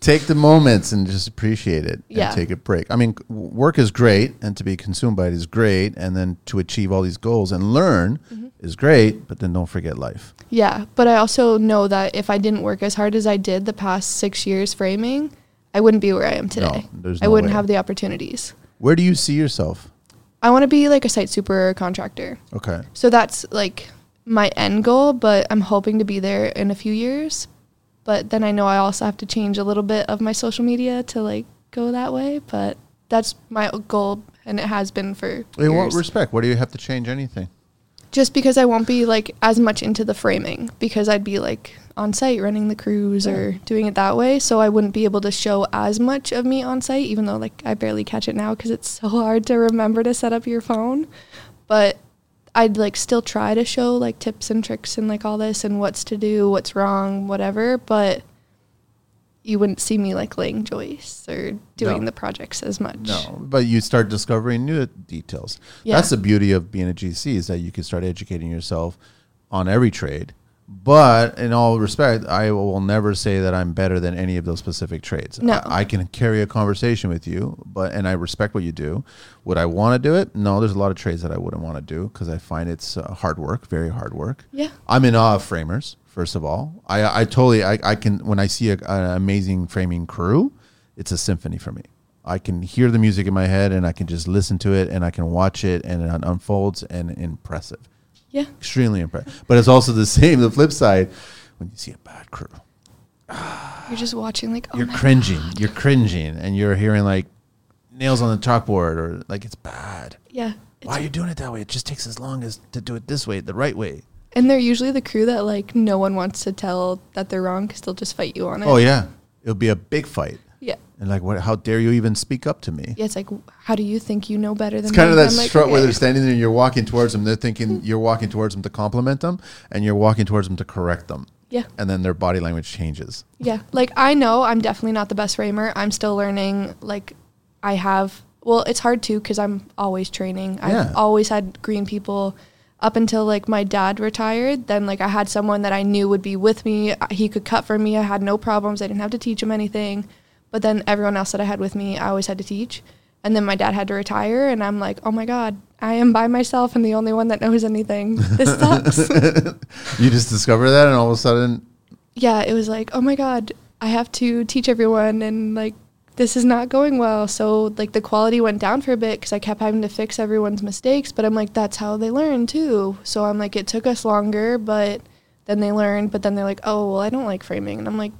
take the moments and just appreciate it Yeah. and take a break. I mean, w- work is great and to be consumed by it is great and then to achieve all these goals and learn is great, but then don't forget life. yeah, but I also know that if I didn't work as hard as I did the past six years framing, I wouldn't be where I am today. there's I no wouldn't way. have the opportunities. Where do you see yourself? I want to be like a site super or a contractor. Okay. So that's like my end goal, but I'm hoping to be there in a few years. But then I know I also have to change a little bit of my social media to like go that way. But that's my goal, and it has been for In what years. respect? Where do you have to change anything? just because I won't be like as much into the framing because I'd be like on site running the crews or doing it that way. So I wouldn't be able to show as much of me on site, even though like I barely catch it now because it's so hard to remember to set up your phone. But I'd like still try to show like tips and tricks and like all this and what's to do, what's wrong, whatever. But you wouldn't see me like laying joists or doing the projects as much. No, but you start discovering new details. Yeah. That's the beauty of being a GC is that you can start educating yourself on every trade. But in all respect, I will never say that I'm better than any of those specific trades. No. I, I can carry a conversation with you, but and I respect what you do. Would I want to do it? No, there's a lot of trades that I wouldn't want to do because I find it's uh, hard work, very hard work. Yeah. I'm in awe of framers. First of all, I I totally I, I can when I see a, an amazing framing crew, it's a symphony for me. I can hear the music in my head and I can just listen to it and I can watch it and it unfolds and impressive, Yeah. extremely impressive. But it's also the same the flip side when you see a bad crew, You're just watching like, oh you're my cringing, you're cringing, and you're hearing like nails on the chalkboard or like it's bad. Yeah. It's Why are you doing it that way? It just takes as long as to do it this way, the right way. And they're usually the crew that like no one wants to tell that they're wrong because they'll just fight you on it. Oh yeah, it'll be a big fight. yeah. And like, what? How dare you even speak up to me? Yeah, it's like, how do you think you know better than? It's kind of me? that I'm like, strut where okay. they're standing there and you're walking towards them. They're thinking you're walking towards them to compliment them, and you're walking towards them to correct them. Yeah. And then their body language changes. Yeah, like I know I'm definitely not the best framer. I'm still learning. Like, I have. Well, it's hard too because I'm always training. Yeah. I've always had green people up until like my dad retired. Then like I had someone that I knew would be with me. Uh, He could cut for me. I had no problems. I didn't have to teach him anything. But then everyone else that I had with me, I always had to teach. And then my dad had to retire, and I'm like, oh my god, I am by myself and the only one that knows anything. This sucks. You just discover that, and all of a sudden, yeah, it was like, oh my God, I have to teach everyone and like this is not going well. So like the quality went down for a bit because I kept having to fix everyone's mistakes. But I'm like, that's how they learn too. So I'm like, it took us longer, but then they learned. But then they're like, oh well, I don't like framing, and I'm like,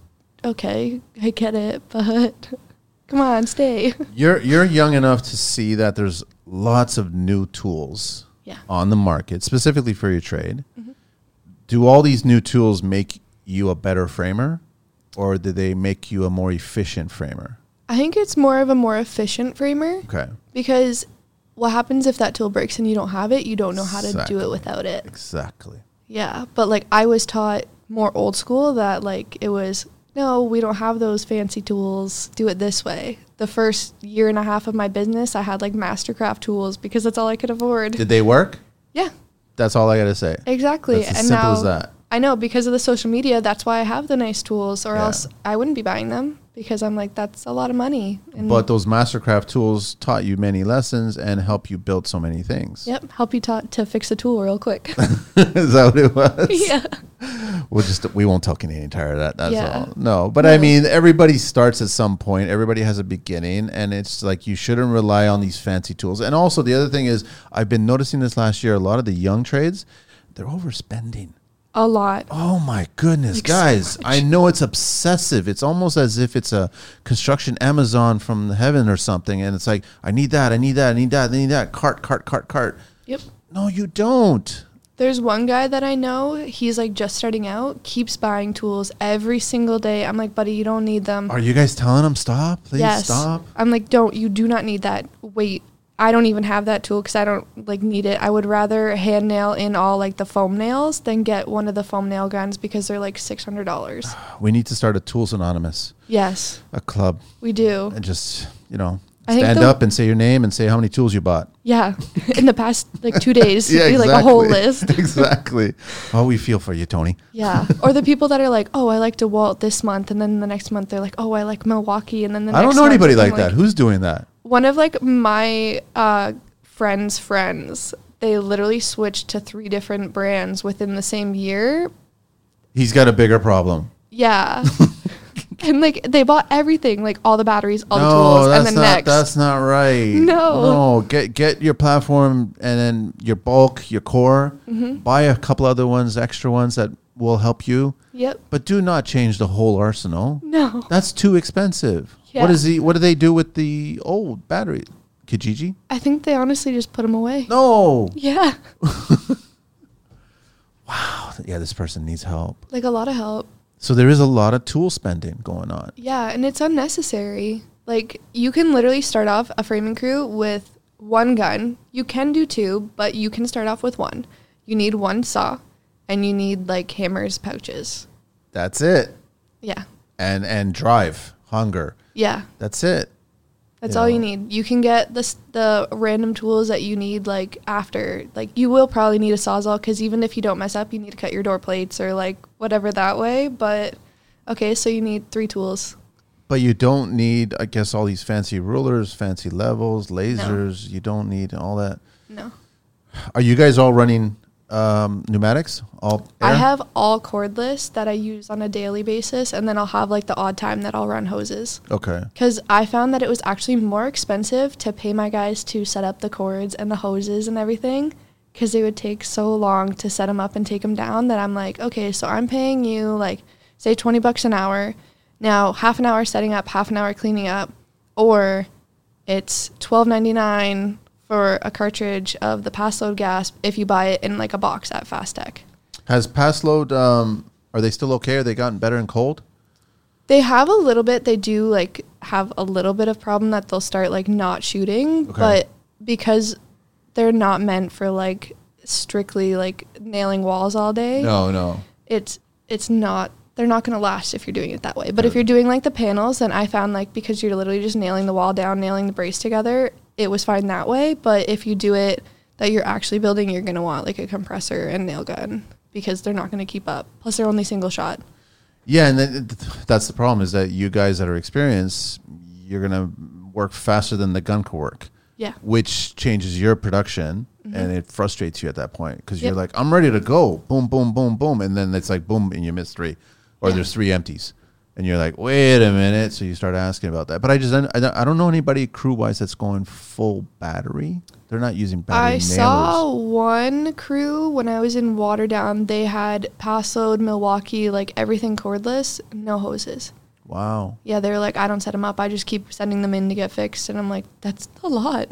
okay, I get it, but come on, stay. you're you're young enough to see that there's lots of new tools Yeah. on the market, specifically for your trade. Mm-hmm. Do all these new tools make you a better framer, or do they make you a more efficient framer? I think it's more of a more efficient framer. Okay. because what happens if that tool breaks and you don't have it? You don't know how to do Exactly. it without it. Exactly. Yeah, but like I was taught more old school that like it was no, we don't have those fancy tools. Do it this way. The first year and a half of my business, I had like Mastercraft tools because that's all I could afford. Did they work? yeah, That's all I gotta say. exactly. That's as simple as that. I know because of the social media, that's why I have the nice tools, or Yeah. else I wouldn't be buying them. because I'm like, that's a lot of money. And But those Mastercraft tools taught you many lessons and help you build so many things. yep, help you ta- to fix a tool real quick. Is that what it was? yeah. We'll just we won't tell Canadian Tire that. That's Yeah. all. No, but I mean, everybody starts at some point. Everybody has a beginning, and it's like you shouldn't rely on these fancy tools. And also, the other thing is, I've been noticing this last year. A lot of the young trades, they're overspending. A lot. Oh my goodness, Like so guys! much. I know it's obsessive. It's almost as if it's a construction Amazon from the heaven or something. And it's like, I need that. I need that. I need that. I need that. Cart, cart, cart, cart. Yep. No, you don't. There's one guy that I know, he's like just starting out, keeps buying tools every single day. I'm like, buddy, you don't need them. Are you guys telling them stop? Please stop. I'm like, don't, you do not need that. Wait, I don't even have that tool because I don't like need it. I would rather hand nail in all like the foam nails than get one of the foam nail guns because they're like $600. We need to start a Tools Anonymous, yes, a club, we do. and just you know I think stand the- up and say your name and say how many tools you bought. Yeah. In the past like two days, it'd be like a whole list. exactly. Oh, we feel for you, Tony. Yeah. Or the people that are like, oh, I like DeWalt this month. And then the next month they're like, oh, I like Milwaukee. And then the I don't next know month, anybody I'm like that. Who's doing that? One of like my uh, friends' friends, they literally switched to three different brands within the same year. He's got a bigger problem. Yeah. and like they bought everything, like all the batteries, all the tools, and that's then not next. that's not right. No. no. Get get your platform and then your bulk, your core. Mm-hmm. Buy a couple other ones, extra ones that will help you. Yep. But do not change the whole arsenal. No. That's too expensive. Yeah. What is the what do they do with the old battery? Kijiji? I think they honestly just put them away. No. Yeah. Yeah, this person needs help. Like a lot of help. So there is a lot of tool spending going on. Yeah, and it's unnecessary. Like you can literally start off a framing crew with one gun. You can do two, but you can start off with one. You need one saw and you need like hammers, pouches. That's it. Yeah. And and drive, hunger. Yeah. That's it. That's all you Yeah. need. You can get the s- the random tools that you need like after. Like you will probably need a sawzall cuz even if you don't mess up, you need to cut your door plates or like whatever that way, but okay, so you need three tools. But you don't need, I guess, all these fancy rulers, fancy levels, lasers. You don't need all that. No. Are you guys all running um, pneumatics? All I air? have all cordless that I use on a daily basis, and then I'll have like the odd time that I'll run hoses. Okay. Because I found that it was actually more expensive to pay my guys to set up the cords and the hoses and everything, because they would take so long to set them up and take them down that I'm like, okay, so I'm paying you like, say, 20 bucks an hour. Now, half an hour setting up, half an hour cleaning up, or it's twelve ninety nine for a cartridge of the pass load gas if you buy it in like a box at Fast Tech. Has pass load? Um, are they still okay? Are they gotten better and cold? They have a little bit. They do like have a little bit of problem that they'll start like not shooting, Okay. but because they're not meant for like strictly like nailing walls all day, No, no. it's it's not. They're not going to last if you're doing it that way. But if you're doing like the panels, then I found like because you're literally just nailing the wall down, nailing the brace together, it was fine that way. But if you do it that you're actually building, you're going to want like a compressor and nail gun because they're not going to keep up. Plus, they're only single shot. Yeah, and then th- that's the problem is that you guys that are experienced, you're gonna work faster than the gun can work, Yeah. Mm-hmm. which changes your production and it frustrates you at that point because you're Yep. like, I'm ready to go, boom, boom, boom, boom, and then it's like boom, and you miss three, or Yeah. there's three empties, and you're like, wait a minute, so you start asking about that. But I just I don't- I don't know anybody crew wise that's going full battery. They're not using battery. I nailers. saw one crew when I was in Waterdown. They had Paso, Milwaukee, like everything cordless, no hoses. Wow. Yeah, they were like, I don't set them up. I just keep sending them in to get fixed. And I'm like, that's a lot.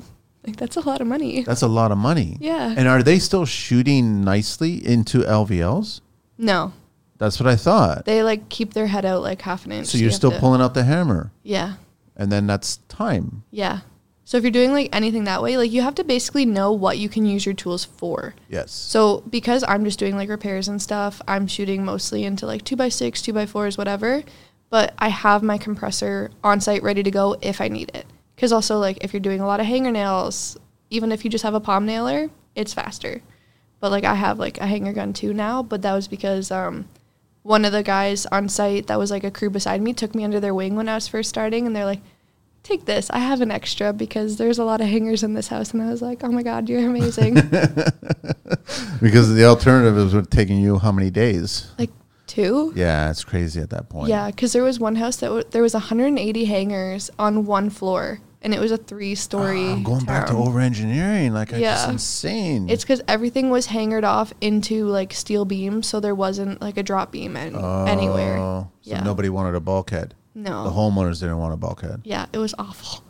Like, that's a lot of money. That's a lot of money. Yeah. And are they still shooting nicely into LVLs? No, That's what I thought. they like keep their head out like half an inch. So you're You have still to- pulling out the hammer, Yeah, and then that's time. yeah. So if you're doing like anything that way, like you have to basically know what you can use your tools for. Yes. So because I'm just doing like repairs and stuff, I'm shooting mostly into like two by six, two by fours, whatever. But I have my compressor on site ready to go if I need it. Because also like if you're doing a lot of hanger nails, even if you just have a palm nailer, it's faster. But like I have like a hanger gun too now, but that was because um, one of the guys on site that was like a crew beside me took me under their wing when I was first starting, and they're like, "Take this. I have an extra because there's a lot of hangers in this house." And I was like, "Oh my god, you're amazing!" because the alternative is would taking you how many days? like two. Yeah, it's crazy at that point. Yeah, because there was one house that w- there was 180 hangers on one floor, and it was a three-story. Ah, I'm going back to town. over engineering. Like, it's just Yeah. insane. It's because everything was hangered off into like steel beams, so there wasn't like a drop beam and anywhere. Oh, so yeah. nobody wanted a bulkhead. No. The homeowners didn't want a bulkhead. yeah, it was awful.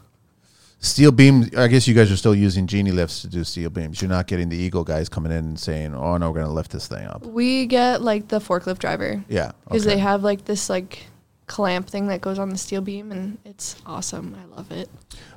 Steel beam. I guess you guys are still using genie lifts to do steel beams. You're not getting the eagle guys coming in and saying, "Oh no, we're gonna lift this thing up." We get like the forklift driver Yeah, because they have like this like clamp thing that goes on the steel beam, and it's awesome. I love it.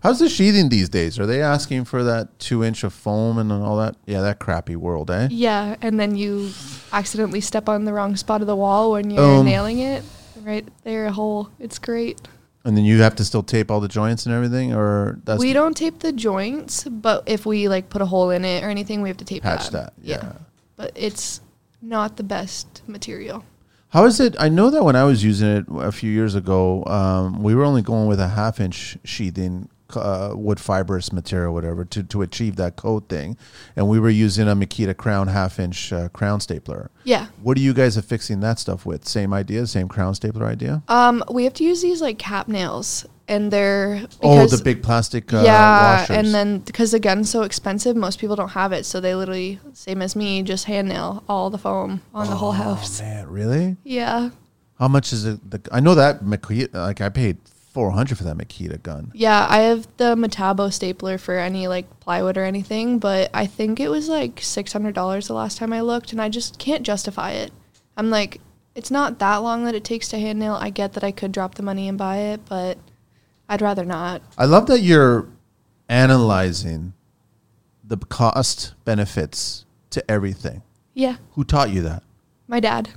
How's the sheathing these days? Are they asking for that two inch of foam and all that? Yeah, that crappy world, eh? Yeah, and then you accidentally step on the wrong spot of the wall when you're Um, nailing it. Right there, a hole. It's great. And then you have to still tape all the joints and everything, or that's we don't tape the joints, but if we like put a hole in it or anything, we have to tape patch that. yeah. but it's not the best material. How is it? I know that when I was using it a few years ago, um, we were only going with a half inch sheathing, uh, wood fibrous material, whatever, to, to achieve that coat thing. And we were using a Makita crown half inch uh, crown stapler. Yeah. What are you guys affixing that stuff with? Same idea, same crown stapler idea? Um, we have to use these like cap nails, and they're Oh, the because- big plastic uh, yeah, washers. and then because the gun's so expensive, most people don't have it, so they literally same as me, just hand nail all the foam on the whole house. Oh, Man, really? Yeah, How much is it? The, I know that Makita, like I paid 400 for that Makita gun. yeah. I have the Metabo stapler for any like plywood or anything, but I think it was like six hundred dollars the last time I looked, and I just can't justify it. I'm like, it's not that long that it takes to hand nail. I get that I could drop the money and buy it, but I'd rather not. I love that you're analyzing the cost benefits to everything. Yeah, Who taught you that? my dad.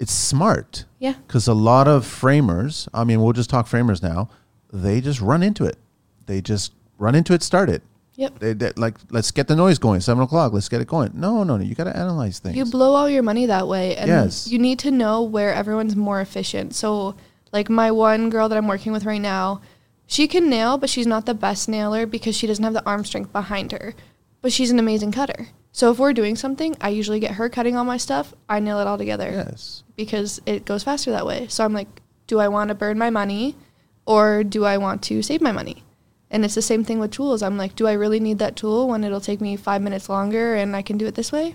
It's smart Yeah, because a lot of framers, I mean, we'll just talk framers now, they just run into it. They just run into it, start it. yep. They, they, like, let's get the noise going, seven o'clock, let's get it going. No, no, no, you got to analyze things. You blow all your money that way, and Yes. you need to know where everyone's more efficient. So, like my one girl that I'm working with right now, she can nail, but she's not the best nailer because she doesn't have the arm strength behind her. But she's an amazing cutter. So if we're doing something, I usually get her cutting all my stuff. I nail it all together yes. because it goes faster that way. So I'm like, do I want to burn my money or do I want to save my money? And it's the same thing with tools. I'm like, do I really need that tool when it'll take me five minutes longer and I can do it this way?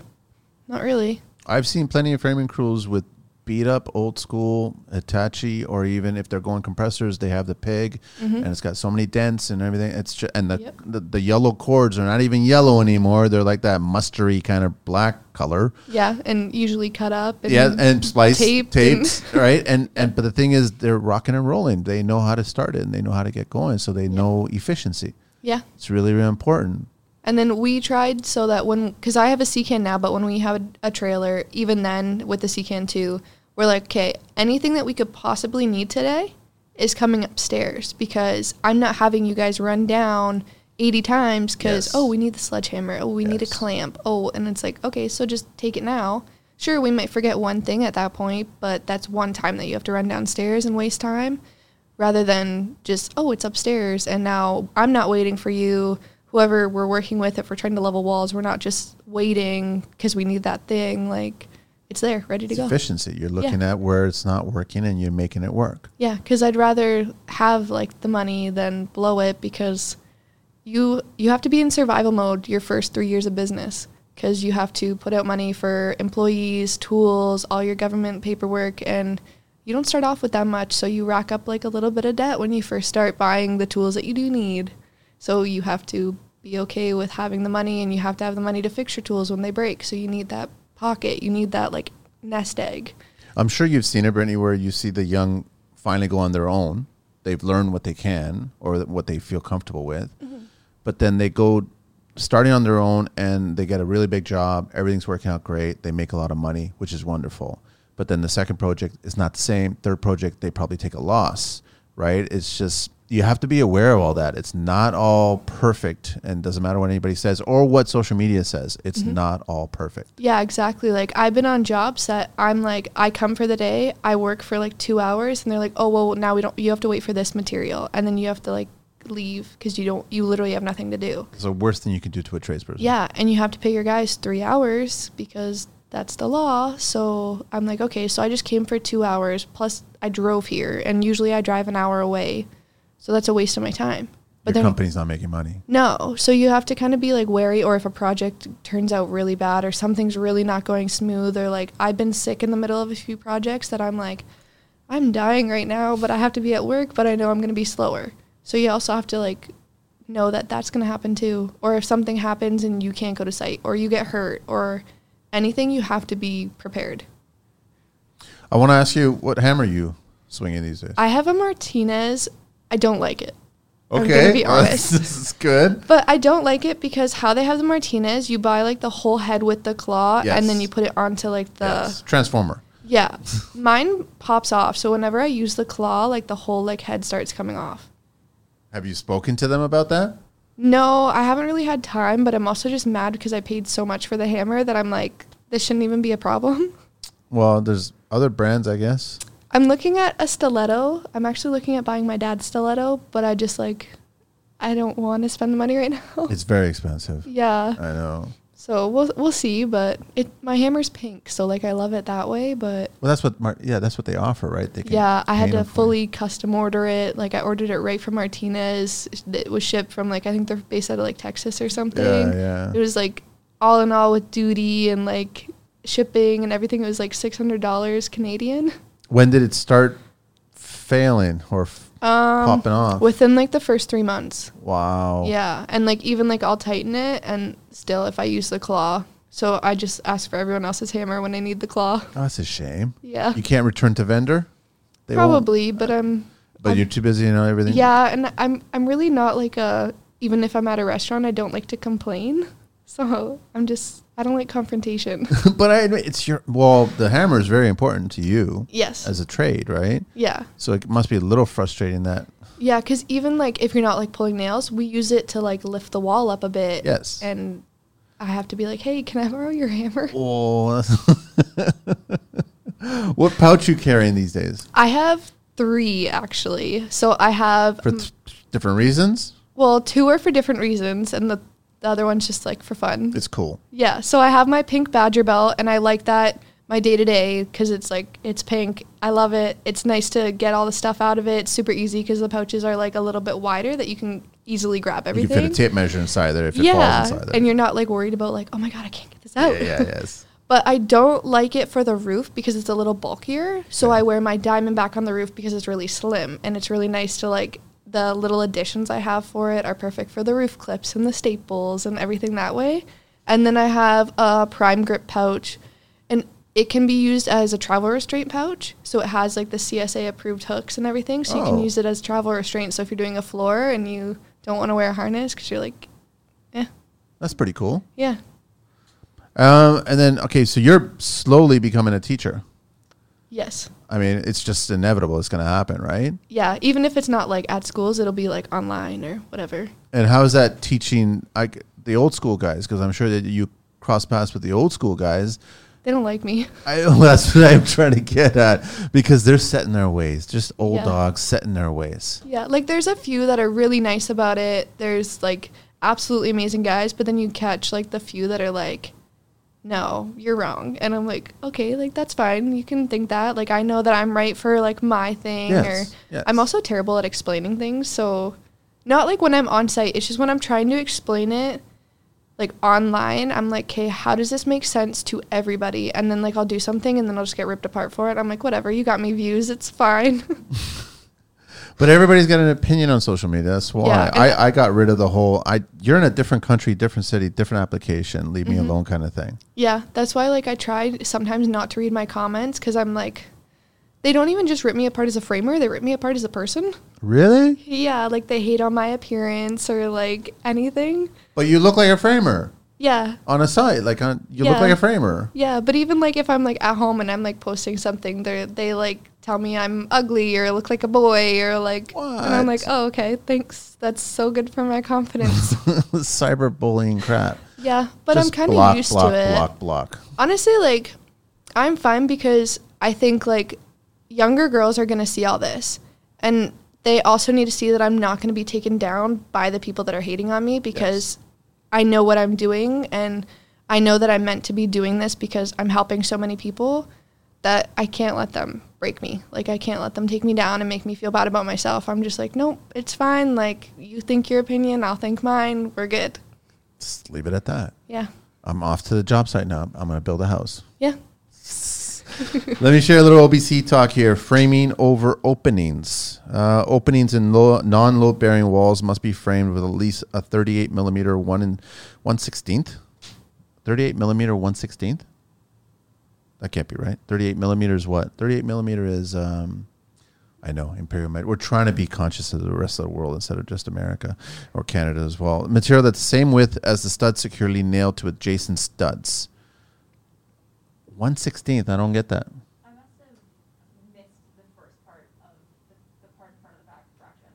Not really. I've seen plenty of framing crews with beat up old school Hitachi, or even if they're going compressors, they have the pig, and it's got so many dents and everything. It's just, and the, Mm-hmm. Yep. the the yellow cords are not even yellow anymore. They're like that mustardy kind of black color. Yeah, and usually cut up. And yeah, and splice Mm-hmm. taped taped, right? And and but the thing is, they're rocking and rolling. They know how to start it and they know how to get going, so they know efficiency. yeah. It's really really important. And then we tried so that when, because I have a C can now, but when we had a trailer, even then with the C can too, we're like, okay, anything that we could possibly need today is coming upstairs because I'm not having you guys run down 80 times because, Yes. oh, we need the sledgehammer. Oh, we need a Yes. clamp. Oh, and it's like, okay, so just take it now. Sure, we might forget one thing at that point, but that's one time that you have to run downstairs and waste time rather than just oh it's upstairs and now i'm not waiting for you whoever we're working with if we're trying to level walls we're not just waiting because we need that thing like it's there ready to It's go efficiency. You're looking at where it's not working and you're making it work. yeah because i'd rather have like the money than blow it because you you have to be in survival mode your first three years of business because you have to put out money for employees tools all your government paperwork and you don't start off with that much so you rack up like a little bit of debt when you first start buying the tools that you do need so you have to be okay with having the money and you have to have the money to fix your tools when they break so you need that pocket you need that like nest egg I'm sure you've seen it, Brittany, where you see the young finally go on their own. They've learned what they can or th- what they feel comfortable with, but then they go starting on their own and they get a really big job. Everything's working out great. They make a lot of money, which is wonderful. But then the second project is not the same. Third project, they probably take a loss, right? It's just you have to be aware of all that. It's not all perfect, and doesn't matter what anybody says or what social media says. It's not all perfect. Yeah, exactly. Like I've been on jobs that I'm like, I come for the day, I work for like two hours, and they're like, oh well, now we don't. You have to wait for this material, and then you have to like leave because you don't. You literally have nothing to do. It's the worst thing you can do to a tradesperson. Yeah, and you have to pay your guys three hours because that's the law. So I'm like, okay, so I just came for two hours plus I drove here, and usually I drive an hour away, so that's a waste of my time. Your then company's not making money. no. So you have to kind of be like wary, or if a project turns out really bad, or something's really not going smooth, or like I've been sick in the middle of a few projects that I'm like, I'm dying right now, but I have to be at work, but I know I'm going to be slower. So you also have to like know that that's going to happen too. Or if something happens and you can't go to site, or you get hurt, or anything, you have to be prepared. I want to ask you, what hammer are you swinging these days? I have a Martinez. I don't like it. I'm gonna be well, honest. this is good. But I don't like it because how they have the martinez, you buy like the whole head with the claw and then Yes. you put it onto like the Yes. Transformer. Yeah. Mine pops off, so whenever I use the claw, like the whole like head starts coming off. Have you spoken to them about that? No, I haven't really had time, but I'm also just mad because I paid so much for the hammer that I'm like this shouldn't even be a problem. Well, there's other brands, I guess. I'm looking at a stiletto. I'm actually looking at buying my dad's stiletto, but I just like I don't want to spend the money right now. It's very expensive. yeah. I know. So we'll we'll see, but it my hammer's pink, so like I love it that way. But Well, that's what Mar- yeah, that's what they offer, right? They can yeah, I had paint to 'em for you. fully custom order it. Like I ordered it right from Martinez. It was shipped from like I think they're based out of like Texas or something. Yeah, It yeah. was like all in all with duty and like shipping and everything. It was like six hundred dollars Canadian. When did it start failing or f- Um, popping off? within like the first three months. wow. Yeah, and like even like I'll tighten it, and still if I use the claw. So I just ask for everyone else's hammer when I need the claw. Oh, that's a shame. Yeah. You can't return to vendor. They won't- Probably, but I'm. but I'm- you're too busy to know everything. Yeah, and I'm. I'm really not like a. Even if I'm at a restaurant, I don't like to complain. So I'm just. I don't like confrontation. but I admit it's your well. The hammer is very important to you yes. as a trade, right? yeah. So it must be a little frustrating that Yeah, because even like if you're not like pulling nails, we use it to like lift the wall up a bit. yes. And I have to be like, hey, can I borrow your hammer? Oh, that's- what pouch you carrying these days I have three actually. So I have for th- different reasons? well, two are for different reasons, and the, the other one's just like for fun. It's cool. Yeah, so I have my pink badger belt, and I like that my day to day because it's like it's pink. I love it. It's nice to get all the stuff out of it. It's super easy because the pouches are like a little bit wider that you can easily grab You everything. can fit a tape measure inside there if it yeah, falls inside there. and you're not like worried about like oh my god I can't get this yeah, out. yeah, yes. but I don't like it for the roof because it's a little bulkier. So Okay. I wear my diamond back on the roof because it's really slim and it's really nice to like the little additions I have for it are perfect for the roof clips and the staples and everything that way. And then I have a prime grip pouch and it can be used as a travel restraint pouch. So it has like the CSA approved hooks and everything. So you Oh. can use it as travel restraint. So if you're doing a floor and you don't want to wear a harness because you're like, eh, That's pretty cool. yeah. Um, and then okay, so you're slowly becoming a teacher. Yes. I mean, it's just inevitable. It's going to happen, right? Yeah, even if it's not like at schools, it'll be like online or whatever. And how is that teaching like the old school guys? Because I'm sure that you cross paths with the old school guys. They don't like me. I, that's what I'm trying to get at because they're set in their ways. Just old Yeah. dogs set in their ways. Yeah, like there's a few that are really nice about it. There's like absolutely amazing guys, but then you catch like the few that are like, no, you're wrong. And I'm like, okay, like that's fine. You can think that. Like I know that I'm right for like my thing. Yes, Or yes. I'm also terrible at explaining things. So not like when I'm on site, it's just when I'm trying to explain it like online, I'm like, okay, how does this make sense to everybody? And then like I'll do something and then I'll just get ripped apart for it. I'm like, whatever, you got me views, it's fine. But everybody's got an opinion on social media. That's why Yeah, and- I, I got rid of the whole. I you're in a different country, different city, different application. Leave Mm-hmm. me alone, kind of thing. yeah, that's why like I try sometimes not to read my comments because I'm like, they don't even just rip me apart as a framer, they rip me apart as a person. Really? Yeah, like they hate on my appearance or like anything. But you look like a framer Yeah. on a site. Like on, you look Yeah. like a framer. Yeah, but even like if I'm like at home and I'm like posting something, they are they like tell me I'm ugly or look like a boy or like and I'm like, What? "Oh, okay. Thanks. That's so good for my confidence." Cyberbullying crap. yeah, but I'm Just kind block, of used block, to it. Block, block, honestly like i'm fine because i think like younger girls are going to see all this and they also need to see that i'm not going to be taken down by the people that are hating on me because i know what i'm doing and i know that i'm meant to be doing this because i'm helping so many people that i can't let them break me like i can't let them take me down and make me feel bad about myself i'm just like nope it's fine like you think your opinion i'll think mine we're good Just leave it at that. yeah I'm off to the job site now. I'm going to build a house. yeah Let me share a little OBC talk here. Framing over openings. Uh, openings in low, non-load bearing walls must be framed with at least a 38 millimeter one and one sixteenth. 38 millimeter one sixteenth. That can't be right. 38 millimeter is what? 38 millimeter is. Um, I know imperial. Med- we're trying to be conscious of the rest of the world instead of just America or Canada as well. Material that's the same width as the stud securely nailed to adjacent studs. One sixteenth. I don't get that. I must have missed the first part of the, the part in front of the back fraction.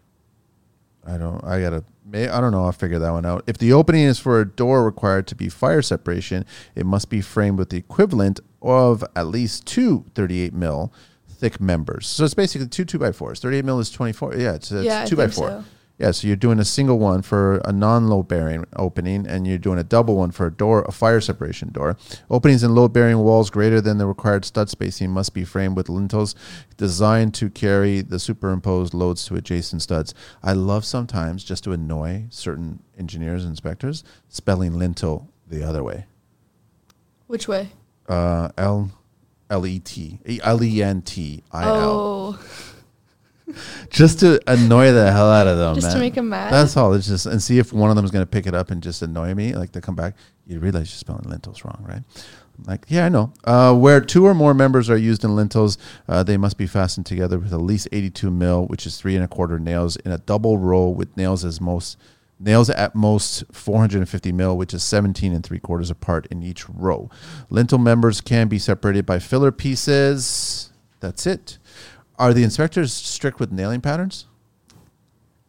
I don't. I gotta. May, I don't know. I'll figure that one out. If the opening is for a door required to be fire separation, it must be framed with the equivalent of at least two 38 mil thick members. So it's basically two two by fours. 38 mil is 24. Yeah, it's, it's Yeah, I two by think four. so. Yeah, so you're doing a single one for a non-load bearing opening, and you're doing a double one for a door, a fire separation door. Openings in load bearing walls greater than the required stud spacing must be framed with lintels designed to carry the superimposed loads to adjacent studs. I love sometimes just to annoy certain engineers and inspectors spelling lintel the other way. which way Uh, L L E T L E N T I L. oh just to annoy the hell out of them. Just to man. make 'em mad? That's all. It's just and see if one of them is going to pick it up and just annoy me. Like they come back, you realize you're spelling lentils wrong, right? I'm like, yeah, I know. Uh, where two or more members are used in lentils, uh, they must be fastened together with at least 82 mil, which is three and a quarter nails in a double row with nails as most nails at most 450 mil, which is 17 and three quarters apart in each row. Lintel members can be separated by filler pieces. That's it. Are the inspectors strict with nailing patterns?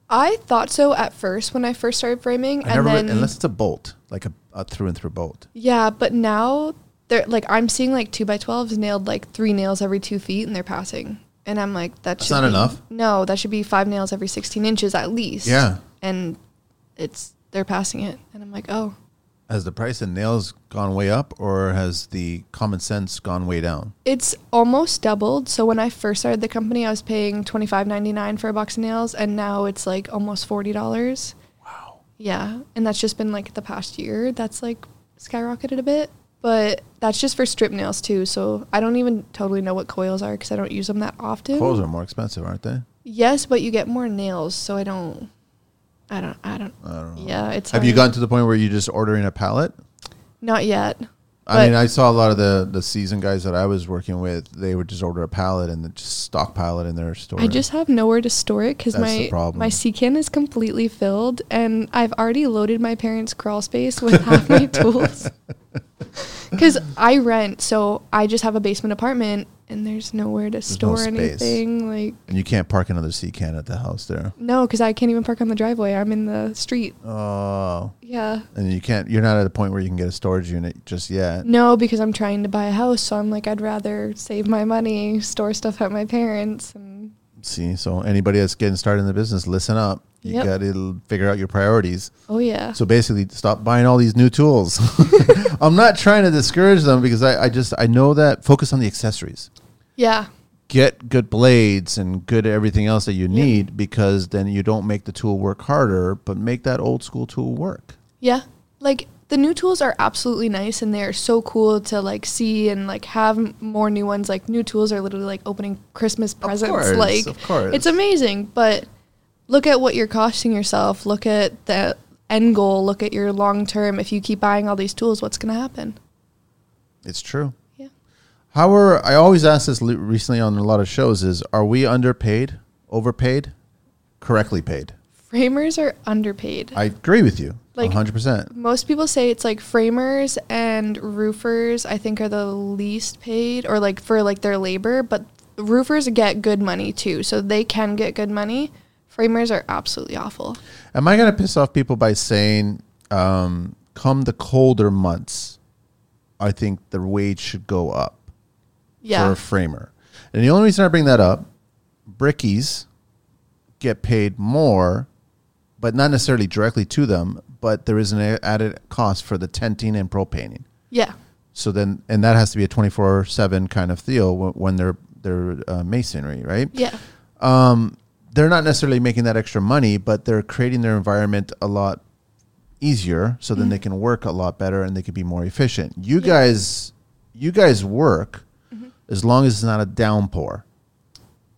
I thought so at first when I first started framing, I and never, then unless it's a bolt, like a, a through and through bolt. yeah, but now they're like I'm seeing like two by twelves nailed like three nails every two feet, and they're passing, and I'm like that. That's should not be- enough. No, that should be five nails every sixteen inches at least. Yeah. and it's they're passing it, and I'm like, oh, Has the price of nails gone way up, or has the common sense gone way down? it's almost doubled. So when I first started the company, I was paying twenty five ninety nine for a box of nails, and now it's like almost forty dollars. Wow. Yeah, and that's just been like the past year. That's like skyrocketed a bit, but that's just for strip nails too. So I don't even totally know what coils are because I don't use them that often. Clothes are more expensive, aren't they? Yes, but you get more nails, so I don't. I don't. I don't. I don't know. Yeah, it's. Have you hard. gotten to the point where you're just ordering a pallet? Not yet. I mean, I saw a lot of the the seasoned guys that I was working with. They would just order a pallet and then just stockpile it in their store. I just have nowhere to store it because That's the my problem. my sea can is completely filled, and I've already loaded my parents' crawl space with half my tools. Because I rent, so I just have a basement apartment, and there's nowhere to no store space. anything. Like and you can't park another sea can at the house there. no, because I can't even park on the driveway. I'm in the street. Oh, Yeah. and you can't. You're not at a point where you can get a storage unit just yet. No, because I'm trying to buy a house, so I'm like, I'd rather save my money, store stuff at my parents, and See, so anybody that's getting started in the business, listen up. You Yep. got to figure out your priorities. oh yeah, So basically, stop buying all these new tools. I'm not trying to discourage them because I, I just I know that focus on the accessories. yeah, Get good blades and good everything else that you Yep. need because then you don't make the tool work harder, but make that old school tool work. yeah. Like the new tools are absolutely nice, and they are so cool to like see and like have m- more new ones. Like new tools are literally like opening Christmas presents. course, like of course. it's amazing, but look at what you're costing yourself. Look at the end goal. Look at your long term. If you keep buying all these tools, what's gonna happen? It's true. Yeah. How are I always ask this le- recently on a lot of shows is are we underpaid, overpaid, correctly paid? Framers are underpaid. I agree with you. Like- 100%. most people say it's like framers and roofers i think are the least paid or like for like their labor but roofers get good money too, so they can get good money. Framers are absolutely awful. Am I going to piss off people by saying, um, come the colder months, I think the wage should go up for Yeah. a framer? And the only reason I bring that up, brickies get paid more, but not necessarily directly to them, but there is an a- added cost for the tenting and propaning. yeah. So then, and that has to be a 24 7 kind of deal when, when they're, they're uh, masonry, right? Yeah. they're not necessarily making that extra money, but they're creating their environment a lot easier so then they Mm-hmm. can work a lot better and they can be more efficient. You guys you guys work Mm-hmm. as long as it's not a downpour.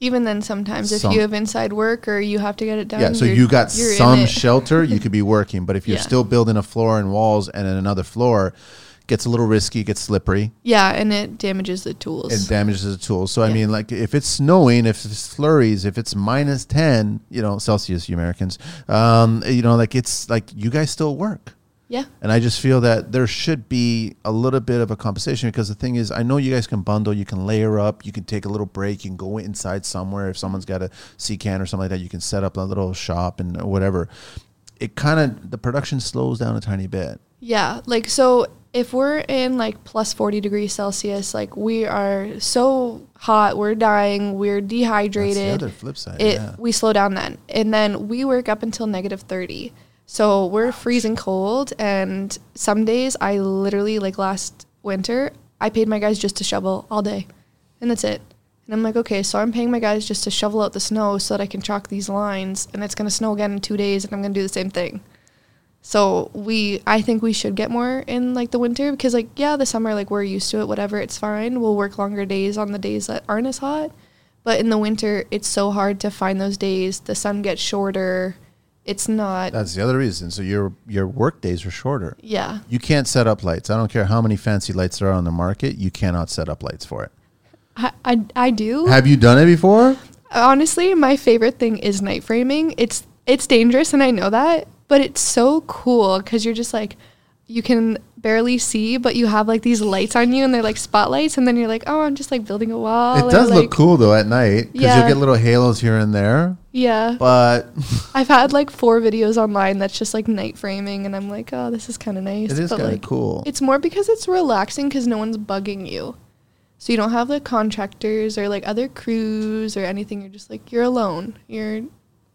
Even then, sometimes if Some- you have inside work or you have to get it done. yeah, so you're- you got you're in some it. shelter, you could be working, but if you're Yeah. still building a floor and walls and then another floor, gets a little risky, gets slippery. yeah, and it damages the tools. It damages the tools. So I Yeah. mean, like if it's snowing, if it's flurries, if it's minus ten, you know Celsius, you Americans, um, you know, like it's like you guys still work. yeah. And I just feel that there should be a little bit of a compensation because the thing is, I know you guys can bundle, you can layer up, you can take a little break, you can go inside somewhere. If someone's got a C can or something like that, you can set up a little shop and whatever. It kind of, the production slows down a tiny bit. Yeah, like so if we're in like plus 40 degrees Celsius, like we are so hot, we're dying, we're That's the dehydrated. other flip side. it yeah. we slow down then. And then we work up until negative 30. So we're freezing cold and some days I literally like last winter, I paid my guys just to shovel all day. And that's it. And I'm like, okay, so I'm paying my guys just to shovel out the snow so that I can chalk these lines and it's going to snow again in 2 days and I'm going to do the same thing. So we, I think we should get more in like the winter because like yeah, the summer like we're used to it. Whatever, it's fine. We'll work longer days on the days that aren't as hot. But in the winter, it's so hard to find those days. The sun gets shorter. It's not. That's the other reason. So your, your work days are shorter. yeah, You can't set up lights. I don't care how many fancy lights there are on the market, you cannot set up lights for it. I I, I do. Have you done it before? Honestly, my favorite thing is night framing. It's it's dangerous and I know that, but it's so cool cuz you're just like you can barely see, but you have like these lights on you and they're like spotlights and then you're like, "Oh, I'm just like building a wall." It or, does Oh, like- look cool though at night because Yeah. you'll get little halos here and there. Yeah. But I've had like four videos online that's just like night framing, and I'm like, oh, this is kind of nice. it is but, kind of like, cool. It's more because it's relaxing because no one's bugging you. So you don't have like contractors or like other crews or anything. You're just like, you're alone. You're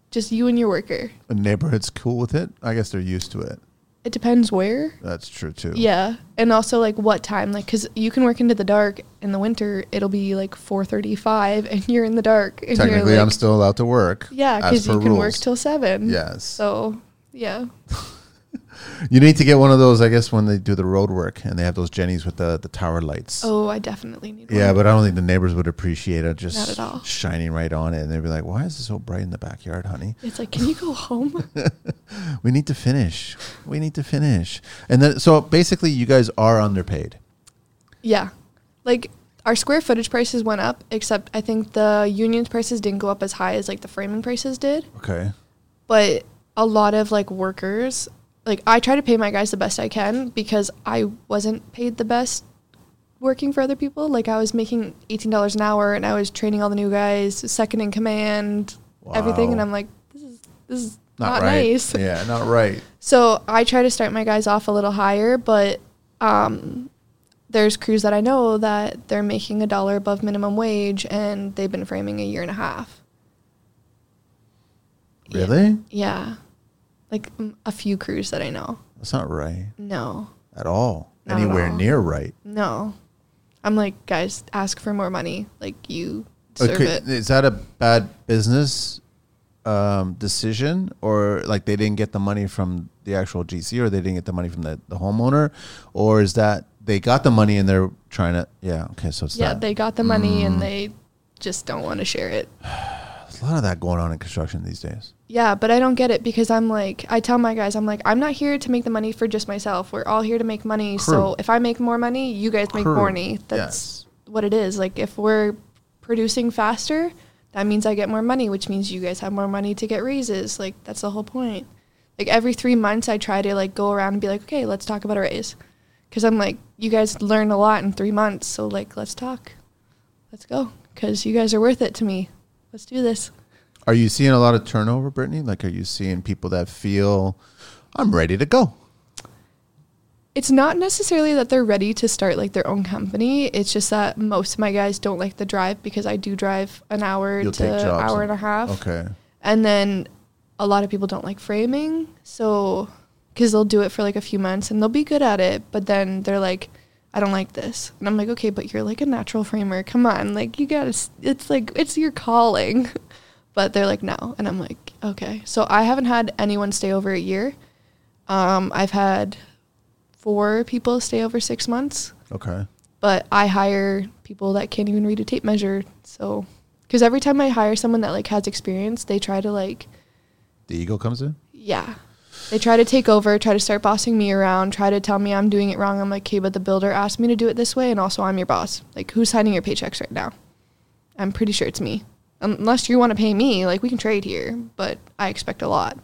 just you and your worker. the neighborhood's cool with it. I guess they're used to it. It depends where. That's true too. Yeah. And also like what time. Like, because you can work into the dark in the winter, it'll be like 4.35 and you're in the dark. And Technically, you're, like, I'm still allowed to work. Yeah, as because you per can work till 7. Yes. So, yeah. you need to get one of those. I guess when they do the road work and they have those jennies with the, the tower lights. Oh, I definitely need one. Yeah, but I don't think the neighbors would appreciate it. Just Not at all. shining right on it, and they'd be like, "Why is it so bright in the backyard, honey? It's like, can you go home? We need to finish. We need to finish." And then, so basically, you guys are underpaid. yeah. Like our square footage prices went up, except I think the union's prices didn't go up as high as like the framing prices did. Okay. But a lot of like workers, like I try to pay my guys the best I can because I wasn't paid the best working for other people. Like I was making $18 an hour and I was training all the new guys, second in command, everything. And Wow. I'm like, this is, this is Not, not, right. nice. Yeah, not right. So I try to start my guys off a little higher, but um, there's crews that I know that they're making a dollar above minimum wage and they've been framing a year and a half. Yeah. Really? Yeah. Like mm, a few crews that I know. That's not right No, at all. Not at Anywhere all. near right. no. I'm like, guys, ask for more money. Like, you deserve Okay, it. Is that a bad business um, decision, or like they didn't get the money from the actual GC, or they didn't get the money from the, the homeowner, or is that they got the money and they're trying to? Yeah. Okay. So it's Yeah, that. they got the money and they just don't want to share it. There's a lot of that going on in construction these days. Yeah, but I don't get it because I'm like, I tell my guys, I'm like, I'm not here to make the money for just myself. We're all here to make money. Crew. So if I make more money, you guys make Crew. more money. That's what it is. Like, if we're producing faster, that means I get more money, which means you guys have more money to get raises. Like, that's the whole point. Like, every three months, I try to like go around and be like, okay, let's talk about a raise. Cause I'm like, you guys learned a lot in three months. So, like, let's talk. Let's go. because you guys are worth it to me. Let's do this. Are you seeing a lot of turnover, Brittany? Like, are you seeing people that feel I'm ready to go? It's not necessarily that they're ready to start like their own company. It's just that most of my guys don't like the drive because I do drive an hour You'll to take jobs hour and and- a half. Okay. And then a lot of people don't like framing. So, because they'll do it for like a few months and they'll be good at it. But then they're like, I don't like this. And I'm like, okay, but you're like a natural framer. Come on. Like, you gotta, s- it's like, it's your calling. But they're like, no. And I'm like, okay. So I haven't had anyone stay over a year. Um, I've had four people stay over six months Okay. but I hire people that can't even read a tape measure. So, because every time I hire someone that like has experience, they try to like, The ego comes in. yeah, they try to take over, try to start bossing me around, try to tell me I'm doing it wrong. I'm like, okay, but the builder asked me to do it this way, and also I'm your boss. Like, who's signing your paychecks right now? I'm pretty sure it's me, unless you want to pay me. Like, we can trade here, but I expect a lot,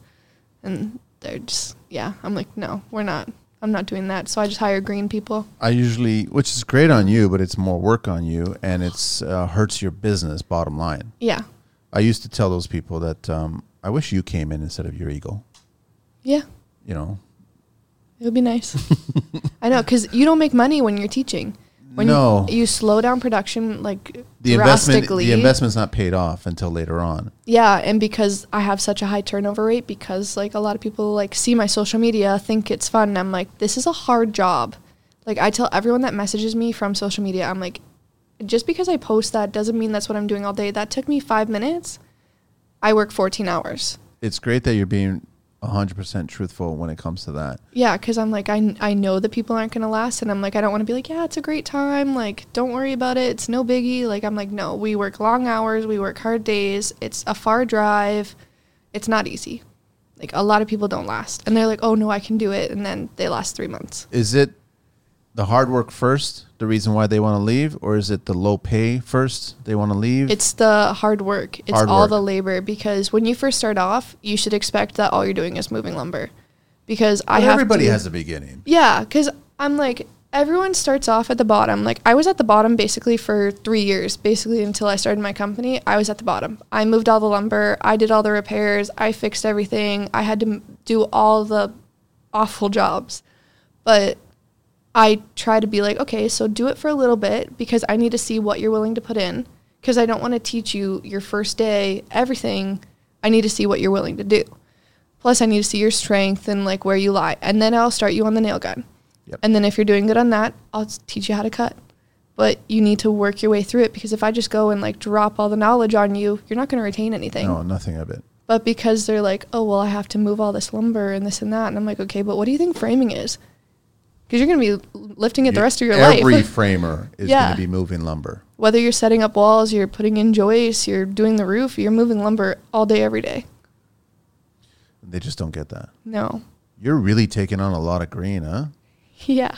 and they're just yeah. I'm like, no, we're not. I'm not doing that. So I just hire green people. I usually, which is great on you, but it's more work on you, and it's uh, hurts your business. Bottom line, Yeah, I used to tell those people that um, I wish you came in instead of your ego. yeah. You know, It would be nice. I know, because you don't make money when you're teaching. When No. you, you slow down production like the investment, drastically. the investment's not paid off until later on. Yeah, and because I have such a high turnover rate, because like a lot of people like see my social media, think it's fun. And I'm like, this is a hard job. Like I tell everyone that messages me from social media, I'm like, just because I post that doesn't mean that's what I'm doing all day. That took me five minutes. I work 14 hours. It's great that you're being 100% truthful when it comes to that. Yeah, because I'm like, I, I know that people aren't going to last. And I'm like, I don't want to be like, yeah, it's a great time. Like, don't worry about it. It's no biggie. Like, I'm like, no, we work long hours. We work hard days. It's a far drive. It's not easy. Like, a lot of people don't last. And they're like, oh, no, I can do it. And then they last three months. Is it the hard work first, the reason why they want to leave, or is it the low pay first, they want to leave? It's the hard work. It's Mm. Hard all work. the labor because when you first start off, you should expect that all you're doing is moving lumber. Because I But have everybody to, has a beginning. Yeah, because I'm like, everyone starts off at the bottom. Like, I was at the bottom basically for three years, basically until I started my company. I was at the bottom. I moved all the lumber, I did all the repairs, I fixed everything. I had to m- do all the awful jobs. But I try to be like, okay, so do it for a little bit because I need to see what you're willing to put in. Because I don't want to teach you your first day, everything. I need to see what you're willing to do. Plus, I need to see your strength and like where you lie. And then I'll start you on the nail gun. Yep. And then if you're doing good on that, I'll s- teach you how to cut. But you need to work your way through it because if I just go and like drop all the knowledge on you, you're not going to retain anything. No, nothing of it. But because they're like, oh, well, I have to move all this lumber and this and that. And I'm like, okay, but what do you think framing is? Because you're going to be l- lifting it the rest of your Every life. framer is Yeah. going to be moving lumber. Whether you're setting up walls, you're putting in joists, you're doing the roof, you're moving lumber all day, every day. They just don't get that. No. You're really taking on a lot of green, huh? Yeah.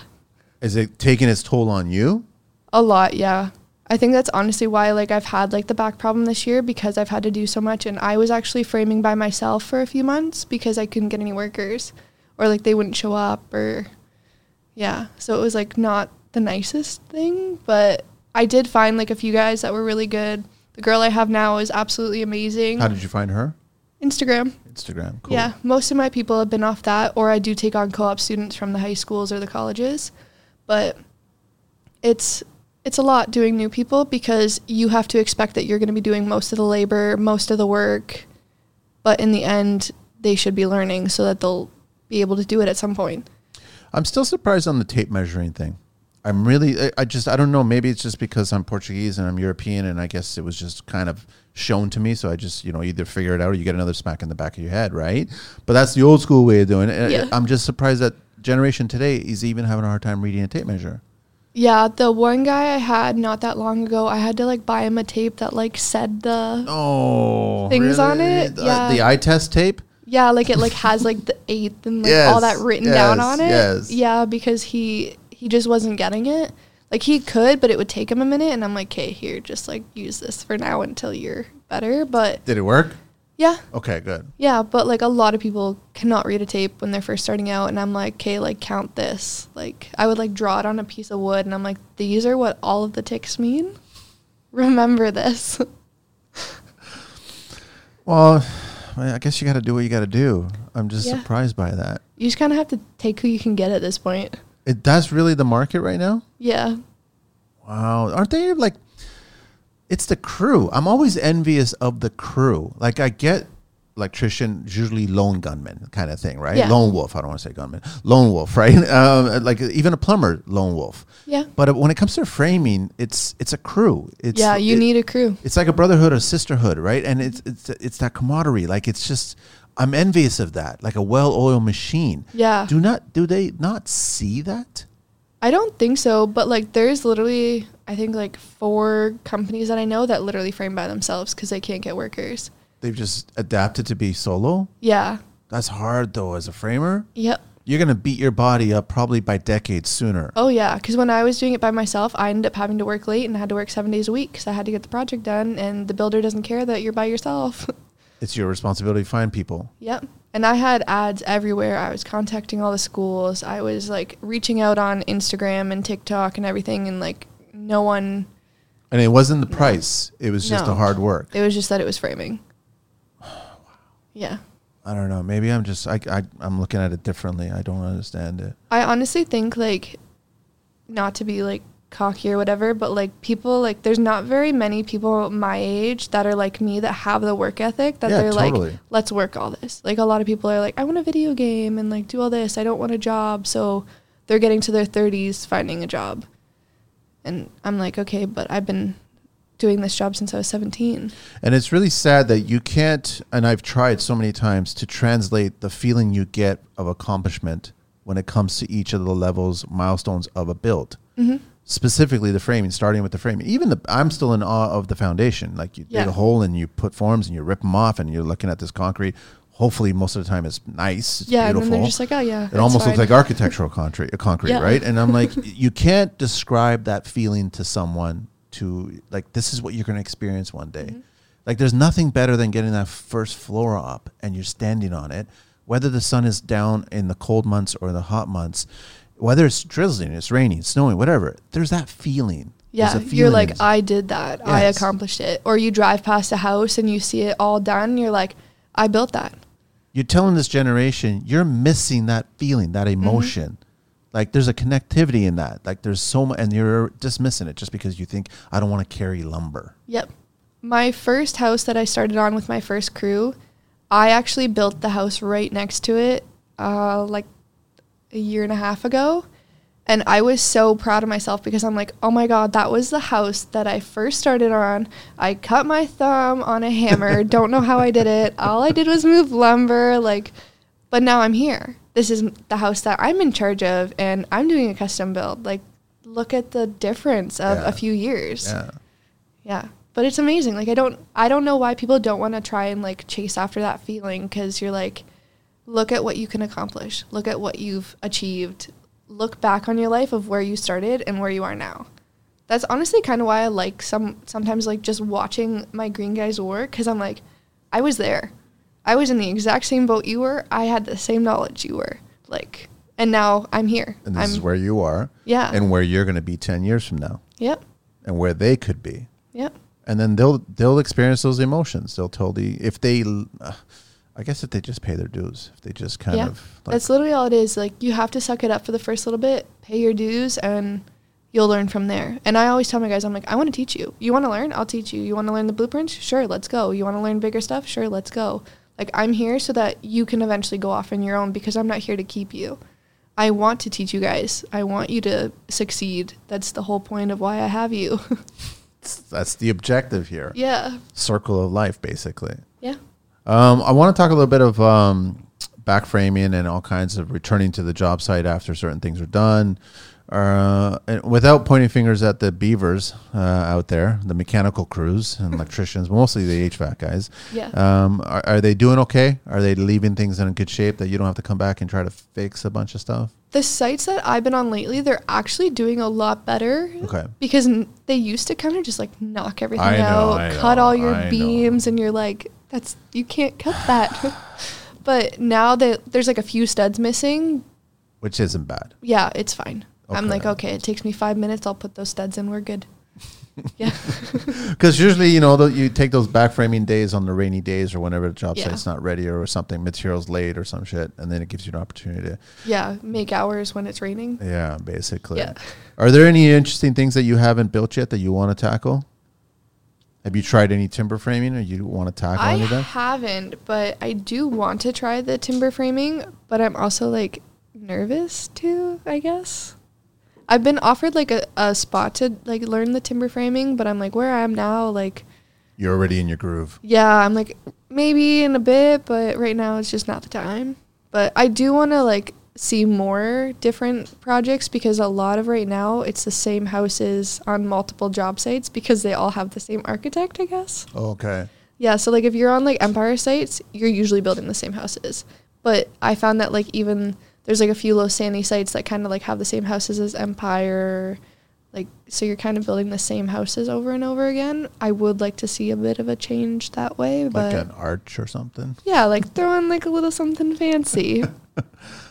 Is it taking its toll on you? A lot, yeah. I think that's honestly why like I've had like the back problem this year because I've had to do so much and I was actually framing by myself for a few months because I couldn't get any workers or like they wouldn't show up or yeah. So it was like not the nicest thing, but I did find like a few guys that were really good. The girl I have now is absolutely amazing. How did you find her? Instagram. Instagram. Cool. Yeah, most of my people have been off that, or I do take on co-op students from the high schools or the colleges, but it's it's a lot doing new people because you have to expect that you're going to be doing most of the labor, most of the work, but in the end they should be learning so that they'll be able to do it at some point. I'm still surprised on the tape measuring thing. I'm really, I- I just, I don't know. Maybe it's just because I'm Portuguese and I'm European, and I guess it was just kind of shown to me. So I just, you know, either figure it out or you get another smack in the back of your head, right? But that's the old school way of doing it. Yeah. I'm just surprised that generation today is even having a hard time reading a tape measure. Yeah, the one guy I had not that long ago, I had to like buy him a tape that like said the Oh, Things on it? The, Yeah. the eye test tape. Yeah, like it like has like the eighth and like all that Yes, written down yes, on it. yes. Yeah, because he he just wasn't getting it. Like he could, but it would take him a minute and I'm like, "Okay, here, just like use this for now until you're better." But Did it work? yeah. Okay, good. Yeah, but like a lot of people cannot read a tape when they're first starting out and I'm like, "Okay, like count this." Like I would like draw it on a piece of wood and I'm like, "These are what all of the ticks mean." Remember this. Well, I I guess you got to do what you got to do. I'm just Yeah. surprised by that. You just kind of have to take who you can get at this point. It, that's really the market right now. Yeah. Wow, aren't they like? It's the crew. I'm always envious of the crew. Like I get electrician, usually lone gunman kind of thing, right? Yeah. Lone wolf. I don't want to say gunman. Lone wolf, right? Um, like even a plumber, lone wolf. Yeah. But when it comes to framing, it's it's a crew. It's yeah, you it- need a crew. it's like a brotherhood or sisterhood, right? And it's it's it's that camaraderie. Like it's just I'm envious of that. Like a well-oiled machine. Yeah. Do not do they not see that? I don't think so, but like there's literally I think like four companies that I know that literally frame by themselves cuz they can't get workers. They've just adapted to be solo. Yeah. That's hard though as a framer. Yep. You're going to beat your body up probably by decades sooner. Oh yeah, cuz when I was doing it by myself, I ended up having to work late and I had to work 7 days a week cuz I had to get the project done and the builder doesn't care that you're by yourself. It's your responsibility to find people. Yep. And I had ads everywhere. I was contacting all the schools. I was like reaching out on Instagram and TikTok and everything and like no one And it wasn't the price. It was just the No. hard work. it was just that it was framing. Yeah. I don't know. Maybe I'm just I, I I'm looking at it differently. I don't understand it. I honestly think like not to be like cocky or whatever, but like people like there's not very many people my age that are like me that have the work ethic that Yeah, they're totally. like let's work all this. Like a lot of people are like I want a video game and like do all this. I don't want a job. So they're getting to their 30s finding a job. And I'm like, okay, but I've been doing this job since I was 17. And it's really sad that you can't, and I've tried so many times to translate the feeling you get of accomplishment when it comes to each of the levels, milestones of a build. Mm-hmm. Specifically, the framing, starting with the framing. Even the, I'm still in awe of the foundation. Like you dig Yeah. a hole and you put forms and you rip them off and you're looking at this concrete. Hopefully, most of the time it's nice. It's yeah, beautiful. and then they're just like, oh yeah. It almost looks like architectural concrete, concrete, Yeah. right? And I'm like, you can't describe that feeling to someone. To like, this is what you're going to experience one day. Mm-hmm. Like, there's nothing better than getting that first floor up and you're standing on it, whether the sun is down in the cold months or the hot months, whether it's drizzling, it's raining, it's snowing, whatever. There's that feeling. There's Yeah, a you're feeling. like, I did that. I Yes. accomplished it. Or you drive past a house and you see it all done. And you're like, I built that. you're telling this generation you're missing that feeling, that Mm-hmm. emotion. Like there's a connectivity in that. Like there's so much, and you're dismissing it just because you think I don't want to carry lumber. Yep. My first house that I started on with my first crew, I actually built the house right next to it uh, like a year and a half ago. And I was so proud of myself because I'm like, oh my God, that was the house that I first started on. I cut my thumb on a hammer. Don't know how I did it. All I did was move lumber. Like, but now I'm here. This is the house that I'm in charge of, and I'm doing a custom build. Like, look at the difference of Yeah. a few years. Yeah. But it's amazing. Like I don't I don't know why people don't want to try and like chase after that feeling cuz you're like look at what you can accomplish. Look at what you've achieved. Look back on your life of where you started and where you are now. That's honestly kind of why I like some sometimes like just watching my green guys work cuz I'm like I was there. I was in the exact same boat you were. I had the same knowledge you were. Like and now I'm here. And this I'm is where you are. Yeah. And where you're going to be ten years from now, Yep. and where they could be, Yep. and then they'll they'll experience those emotions. They'll totally if they, uh, I guess if they just pay their dues, if they just kind of like, that's literally all it is like you have to suck it up for the first little bit pay your dues and you'll learn from there and i always tell my guys i'm like i want to teach you you want to learn i'll teach you you want to learn the blueprints sure let's go you want to learn bigger stuff sure let's go like i'm here so that you can eventually go off on your own because i'm not here to keep you i want to teach you guys i want you to succeed that's the whole point of why i have you that's the objective here. yeah Circle of life, basically. yeah Um, I want to talk a little bit of um, back framing and all kinds of returning to the job site after certain things are done. Uh, and without pointing fingers at the beavers uh, out there, the mechanical crews and electricians, mostly the HVAC guys. Yeah. Um, are, are they doing okay? Are they leaving things in good shape that you don't have to come back and try to fix a bunch of stuff? the sites that I've been on lately, they're actually doing a lot better. Okay. Because n- they used to kind of just like knock everything I know, out, I cut know, all your I know. beams, and you're like, that's you can't cut that. but now that there's like a few studs missing, Which isn't bad. yeah, it's fine. I'm like, Okay. okay, it takes me five minutes. I'll put those studs in. We're good. Yeah. Because usually, you know, tho- you take those back framing days on the rainy days or whenever the job Yeah. site's not ready or something, materials late or some shit, and then it gives you an opportunity to, yeah. Make hours when it's raining. yeah, basically. Yeah. Are there any interesting things that you haven't built yet that you want to tackle? Have you tried any timber framing or you want to tackle I any of that? haven't, but I do want to try the timber framing, but I'm also like nervous too, I guess. I've been offered like a, a spot to like learn the timber framing, but I'm like where I am now, like You're already in your groove. yeah, I'm like maybe in a bit, but right now it's just not the time. But I do want to like see more different projects because a lot of right now it's the same houses on multiple job sites because they all have the same architect, I guess. Okay. Yeah, so like if you're on like empire sites, you're usually building the same houses. But I found that like even there's like a few low sandy sites that kind of like have the same houses as empire. Like so you're kind of building the same houses over and over again. I would like to see a bit of a change that way, but Like an arch or something. yeah, like throw in like a little something fancy.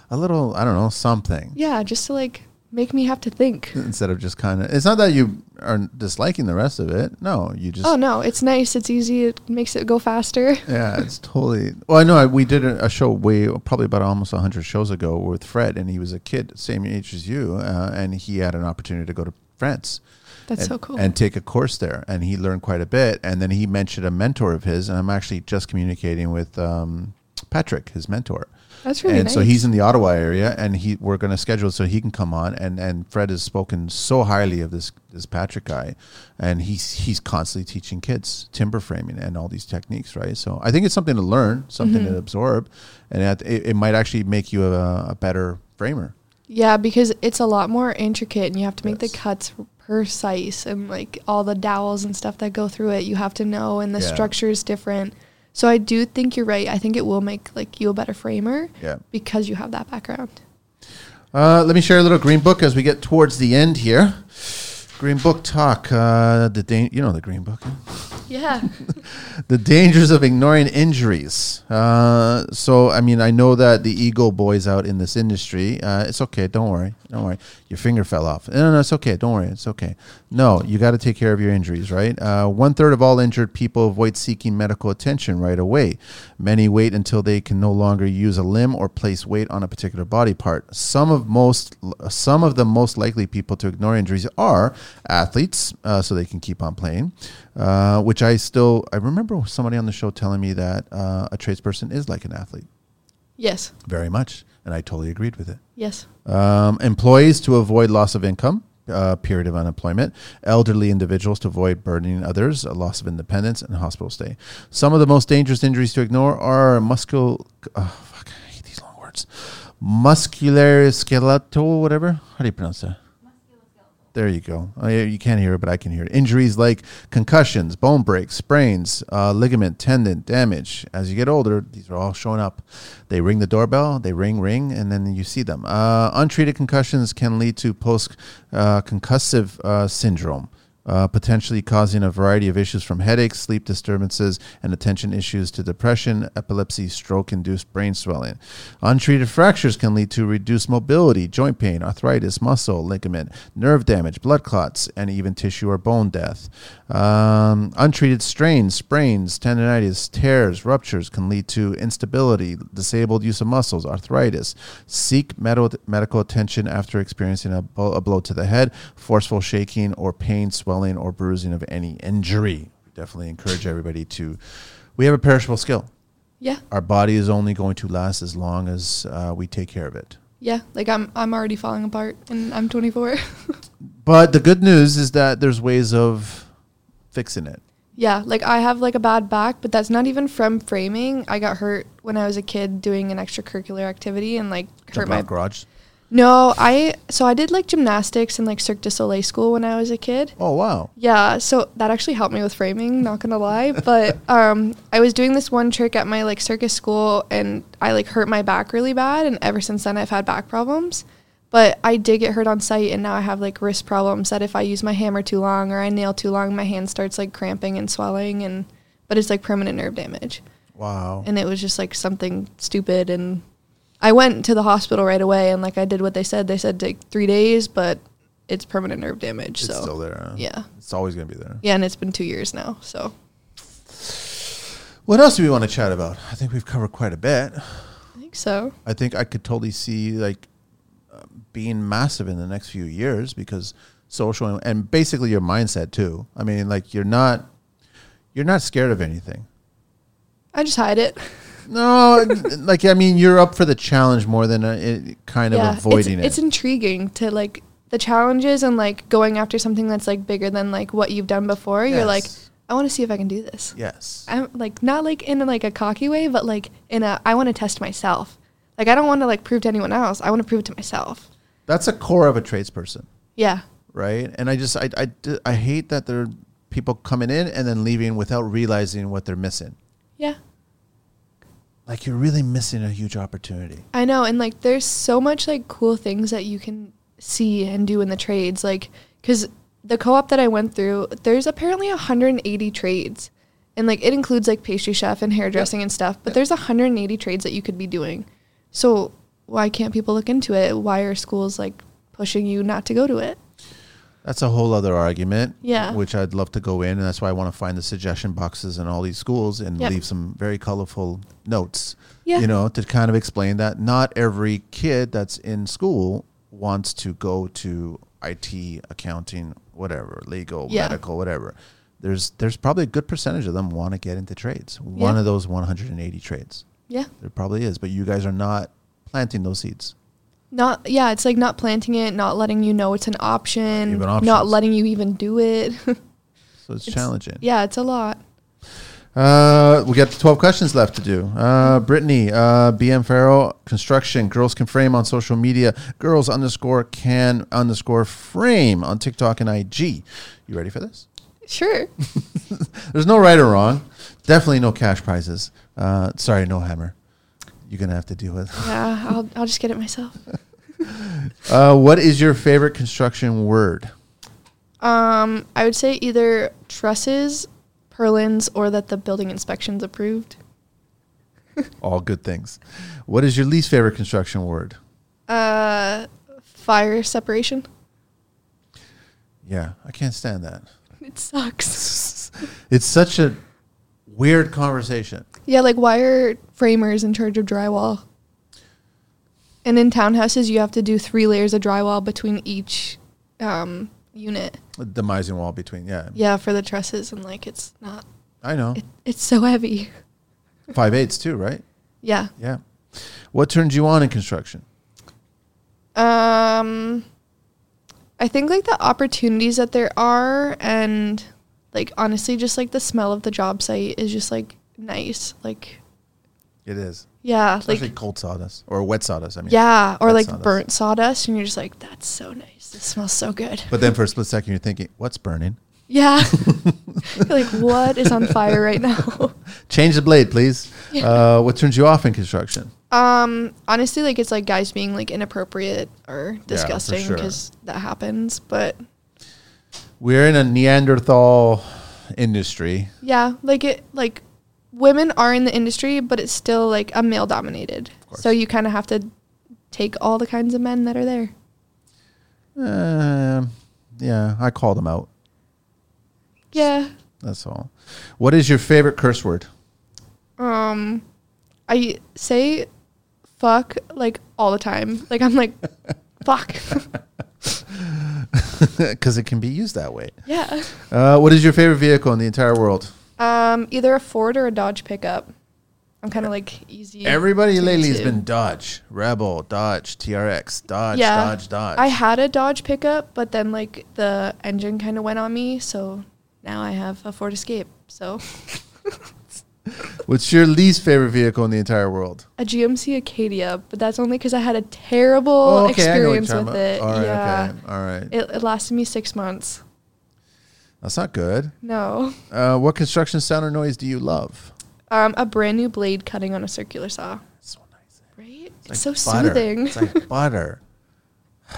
A little, I don't know, something. yeah, just to like make me have to think. Instead of just kind of, it's not that you are disliking the rest of it. No, you just Oh no, it's nice, it's easy, it makes it go faster. Yeah, it's totally. Well, I know I- we did a, a show way probably about almost hundred shows ago with Fred, and he was a kid, same age as you, uh, and he had an opportunity to go to France. That's and, so cool. And take a course there, and he learned quite a bit. And then he mentioned a mentor of his, and I'm actually just communicating with um, Patrick, his mentor. That's really and so nice. he's in the Ottawa area, and he we're going to schedule so he can come on. And, and Fred has spoken so highly of this this Patrick guy, and he's he's constantly teaching kids timber framing and all these techniques, right? So I think it's something to learn, something Mm-hmm. to absorb, and that- it, it might actually make you a, a better framer. Yeah, because it's a lot more intricate and you have to make Yes. the cuts precise and like all the dowels and stuff that go through it, you have to know and the Yeah. structure is different. So I do think you're right. I think it will make like you a better framer Yeah. because you have that background. Uh, let me share a little green book as we get towards the end here. Green book talk. Uh, the Dan- you know the green book. huh? Yeah. the dangers of ignoring injuries. Uh, so, I mean, I know that the ego boys out in this industry. Uh, it's okay. Don't worry. Don't worry. Your finger fell off. No, no, it's okay. Don't worry. It's okay. No, you got to take care of your injuries, right? Uh, one third of all injured people avoid seeking medical attention right away. Many wait until they can no longer use a limb or place weight on a particular body part. Some of most, some of the most likely people to ignore injuries are athletes, uh, so they can keep on playing. Uh, which I still, I remember somebody on the show telling me that uh, a tradesperson is like an athlete, yes. very much, and I totally agreed with it. Yes. Um, employees to avoid loss of income, uh, period of unemployment. Elderly individuals to avoid burdening others, a loss of independence, and hospital stay. Some of the most dangerous injuries to ignore are muscul. Oh, fuck, I hate these long words. Musculoskeletal, whatever. How do you pronounce that? There you go. Oh, yeah, you can't hear it, but I can hear it. Injuries like concussions, bone breaks, sprains, uh, ligament, tendon damage. As you get older, these are all showing up. They ring the doorbell, they ring, ring, and then you see them. Uh, untreated concussions can lead to post uh, concussive uh, syndrome. Uh, potentially causing a variety of issues from headaches, sleep disturbances, and attention issues to depression, epilepsy, stroke induced brain swelling. Untreated fractures can lead to reduced mobility, joint pain, arthritis, muscle, ligament, nerve damage, blood clots, and even tissue or bone death. Um, untreated strains, sprains, tendonitis, tears, ruptures can lead to instability, disabled use of muscles, arthritis. Seek medical, medical attention after experiencing a, bo- a blow to the head, forceful shaking, or pain, swelling, or bruising of any injury. We definitely encourage everybody to. We have a perishable skill. Yeah. Our body is only going to last as long as uh, we take care of it. Yeah. Like I'm I'm already falling apart and I'm 24. But the good news is that there's ways of fixing it. Yeah, like I have like a bad back, but that's not even from framing. I got hurt when I was a kid doing an extracurricular activity and like hurt Jumping my out garage. No, I so I did like gymnastics and like Cirque du Soleil school when I was a kid. Oh wow! Yeah, so that actually helped me with framing, not gonna lie. But um, I was doing this one trick at my like circus school, and I like hurt my back really bad, and ever since then I've had back problems. But I did get hurt on site, and now I have like wrist problems that if I use my hammer too long or I nail too long, my hand starts like cramping and swelling, and but it's like permanent nerve damage Wow. and it was just like something stupid and i went to the hospital right away and like i did what they said they said take three days but it's permanent nerve damage. It's so still there. huh? yeah. It's always going to be there. yeah, and it's been two years now. So What else do we want to chat about? I think we've covered quite a bit. I think so. I think I could totally see like uh, being massive in the next few years because social and, and basically your mindset too. I mean, like you're not you're not scared of anything. I just hide it. No, like I mean, you're up for the challenge more than uh it, kind of it's- avoiding it's, it. intriguing to like the challenges and like going after something that's like bigger than like what you've done before. You're like, Yes. I want to see if I can do this. yes. I'm like not like in like a cocky way, but like in a I want to test myself. Like I don't want to like prove to anyone else. I want to prove it to myself. That's a core of a tradesperson. Yeah. right? And I just I, I, d- I hate that there are people coming in and then leaving without realizing what they're missing. Yeah. Like you're really missing a huge opportunity. I know, and like there's so much like cool things that you can see and do in the trades, like because the co-op that I went through, there's apparently 180 trades, and like it includes like pastry chef and hairdressing and stuff, but there's 180 trades that you could be doing. So why can't people look into it? Why are schools like pushing you not to go to it? That's a whole other argument. Yeah. Which I'd love to go in, and that's why I want to find the suggestion boxes in all these schools and Yep. leave some very colorful notes. Yeah. You know, to kind of explain that not every kid that's in school wants to go to IT, accounting, whatever, legal, Yeah. medical, whatever. There's there's probably a good percentage of them want to get into trades. One Yeah. of those 180 trades. Yeah. There probably is, but you guys are not planting those seeds. Not yeah, it's like not planting it, not letting you know it's an option, Even not options. letting you even do it. So it's, It's- challenging. yeah, it's a lot. Uh, we got 12 questions left to do. Uh, Brittany, uh, BM Farrell Construction, Girls Can Frame on social media, girls underscore can underscore frame on TikTok and IG. You ready for this? Sure. There's no right or wrong. Definitely no cash prizes. Uh, sorry, no hammer. You're going to have to deal with. yeah, I'll I'll just get it myself. Uh, what is your favorite construction word? Um, I would say either trusses, purlins, or that the building inspection's approved. All good things. What is your least favorite construction word? Uh, fire separation. Yeah, I can't stand that. It sucks. It's such a weird conversation. yeah, like why are framers in charge of drywall? And in townhouses, you have to do three layers of drywall between each um, unit. The Demising wall between, yeah. Yeah, for the trusses, and like it's not. I know. It, it's so heavy. Five eights too, right? Yeah. Yeah. What turns you on in construction? Um, I think like the opportunities that there are, and like honestly, just like the smell of the job site is just like nice. Like It is. yeah, Especially like cold sawdust or wet sawdust, I mean. yeah, or Red like sawdust. burnt sawdust, and you're just like, that's so nice. This smells so good. But then for a split second, you're thinking, what's burning? yeah, You're like what is on fire right now? Change the blade, please. Uh, what turns you off in construction? um, honestly, like it's like guys being like inappropriate or disgusting sure. because that happens. But We're in a Neanderthal industry. Yeah, like it like women are in the industry, but it's still like a male dominated. course. So you kind of have to take all the kinds of men that are there. Um yeah, I called them out. Yeah. That's all. What is your favorite curse word? Um I say fuck like all the time. Like I'm like fuck. Because it can be used that way. yeah. Uh, what is your favorite vehicle in the entire world? Um either a Ford or a Dodge pickup. I'm kind of like easy. Everybody between lately the has two. been Dodge, Rebel, Dodge, TRX, Dodge, Yeah. Dodge, Dodge. I had a Dodge pickup, but then like the engine kind of went on me, so now I have a Ford Escape. So What's your least favorite vehicle in the entire world? a GMC Acadia, but that's only because I had a terrible Oh, experience with it. All right, yeah, okay, all right. it, it lasted me six months. That's not good. No, Uh, what construction sound or noise do you love? um, a brand new blade cutting on a circular saw. So nice. Right? It's, so butter. soothing. It's like butter.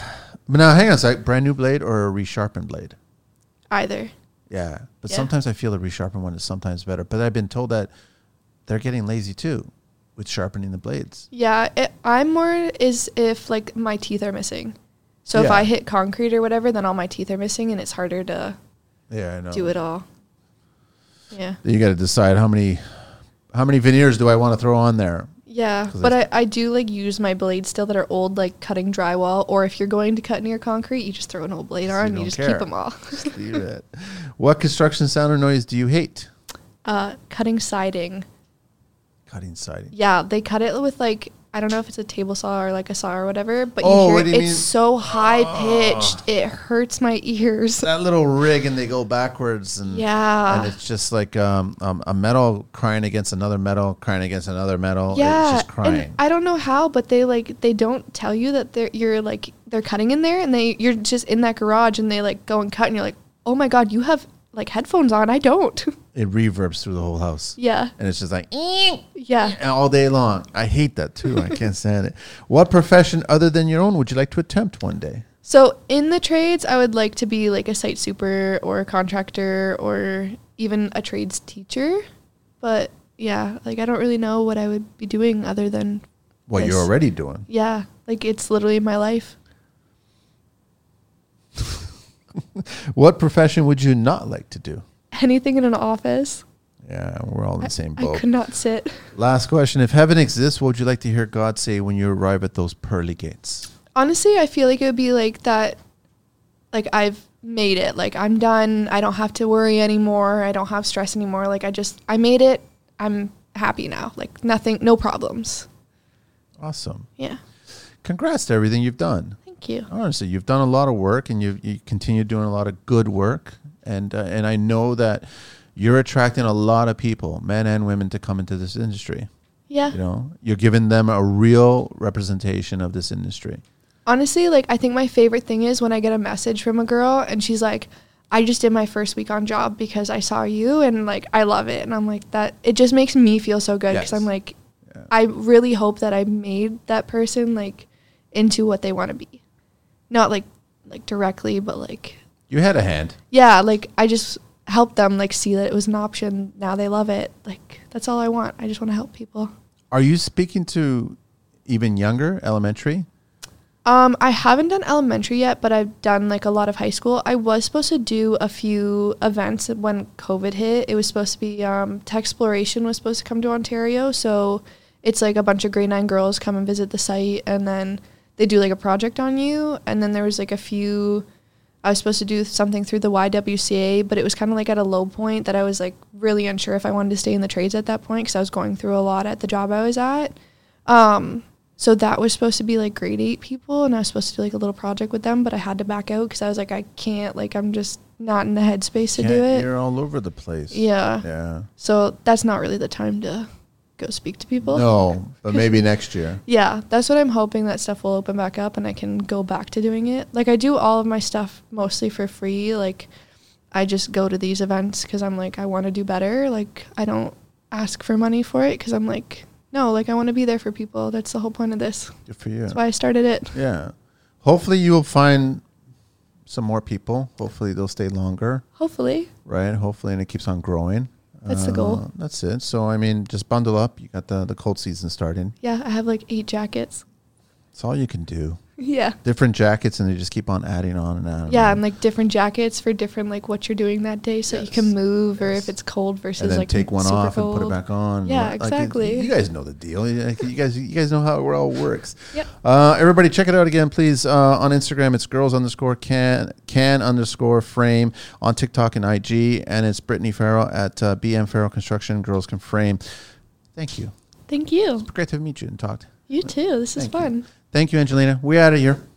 But now, hang on a sec. Brand new blade or a resharpened blade? Either. Yeah, but Yeah. sometimes I feel the resharpened one is sometimes better. But I've been told that they're getting lazy too with sharpening the blades. Yeah, it, I'm more is if like my teeth are missing. So if Yeah. I hit concrete or whatever, then all my teeth are missing and it's harder to Yeah, I know. do it all. Yeah. You got to decide how many how many veneers do I want to throw on there. Yeah, 'Cause but I, it's- I do like use my blades still that are old, like cutting drywall. Or if you're going to cut near concrete, you just throw an old blade You on and you don't just care. keep them all. Just leave it. What construction sound or noise do you hate? Uh, cutting siding. Cutting siding. Yeah, they cut it with like I don't know if it's a table saw or like a saw or whatever, but Oh, you hear what it, do it's you mean? Ah. so high pitched, it hurts my ears. That little rig and they go backwards and Yeah. and it's just like um, um, a metal crying against another metal, crying against another metal. yeah, it's just crying. and I don't know how, but they like they don't tell you that they're you're like they're cutting in there, and they you're just in that garage, and they like go and cut, and you're like, oh my god, you have like headphones on, I don't. it reverbs through the whole house. yeah, and it's just like "Eek," yeah. all day long. I hate that too. I can't stand it. What profession other than your own would you like to attempt one day? So in the trades, I would like to be like a site super or a contractor or even a trades teacher, but yeah, like I don't really know what I would be doing other than What you're Yes. already doing. yeah, like it's literally my life. What profession would you not like to do? Anything in an office, Yeah, we're all in the same I boat. could not sit. Last question. If heaven exists, what would you like to hear God say when you arrive at those pearly gates? honestly i feel like it would be like that like i've made it like i'm done i don't have to worry anymore i don't have stress anymore like i just i made it i'm happy now like nothing no problems Awesome. yeah Congrats to everything you've done. thank you Honestly, you've done a lot of work and you've, you continue doing a lot of good work. And, uh, and I know that you're attracting a lot of people, men and women, to come into this industry. yeah You know, you're giving them a real representation of this industry. honestly like i think my favorite thing is when i get a message from a girl and she's like i just did my first week on job because i saw you and like i love it and i'm like that it just makes me feel so good because Yes. i'm like Yeah. i really hope that i made that person like into what they want to be not like like directly but like You had a hand. yeah like i just helped them like see that it was an option now they love it like that's all i want i just want to help people Are you speaking to even younger, elementary? Um, I haven't done elementary yet, but I've done like a lot of high school. I was supposed to do a few events when COVID hit. It was supposed to be um, Tech Exploration was supposed to come to Ontario, so it's like a bunch of grade nine girls come and visit the site, and then they do like a project on you. And then there was like a few. I was supposed to do something through the YWCA, but it was kind of like at a low point that I was like really unsure if I wanted to stay in the trades at that point because I was going through a lot at the job I was at. Um, so that was supposed to be like grade eight people, and I was supposed to do like a little project with them, but I had to back out because I was like, I can't, like, I'm just not in the headspace to do Can't- it. You're all over the place. Yeah. Yeah. So that's not really the time to go speak to people. No, but maybe next year. Yeah, that's what I'm hoping that stuff will open back up and I can go back to doing it. Like I do all of my stuff mostly for free. Like I just go to these events cuz I'm like I want to do better. Like I don't ask for money for it cuz I'm like no, like I want to be there for people. That's the whole point of this. Good for you. That's why I started it. Yeah. Hopefully you will find some more people. Hopefully they'll stay longer, Hopefully. right? Hopefully and it keeps on growing. That's the goal. Uh, That's it. So I mean, just bundle up. You got the the cold season starting. Yeah, I have like 8 jackets. It's all you can do. yeah. Different jackets, and they just keep on adding on and on. Yeah, and, and like different jackets for different like what you're doing that day so you Yes, can move or yes. if it's cold versus and then like take one super off and put it cold. back on. Yeah, Like, it- exactly. you guys know the deal. You like, you guys, you guys know how it all works. Yep. Uh, everybody, check it out again, please. Uh, on Instagram, it's girls underscore can can underscore frame. On TikTok and IG, and it's Brittany Farrell at uh, BM Farrell Construction. Girls can frame. Thank you. Thank you. Great to meet you and talked. You too. This is Thank you. fun. Thank you, Angelina. We out of here.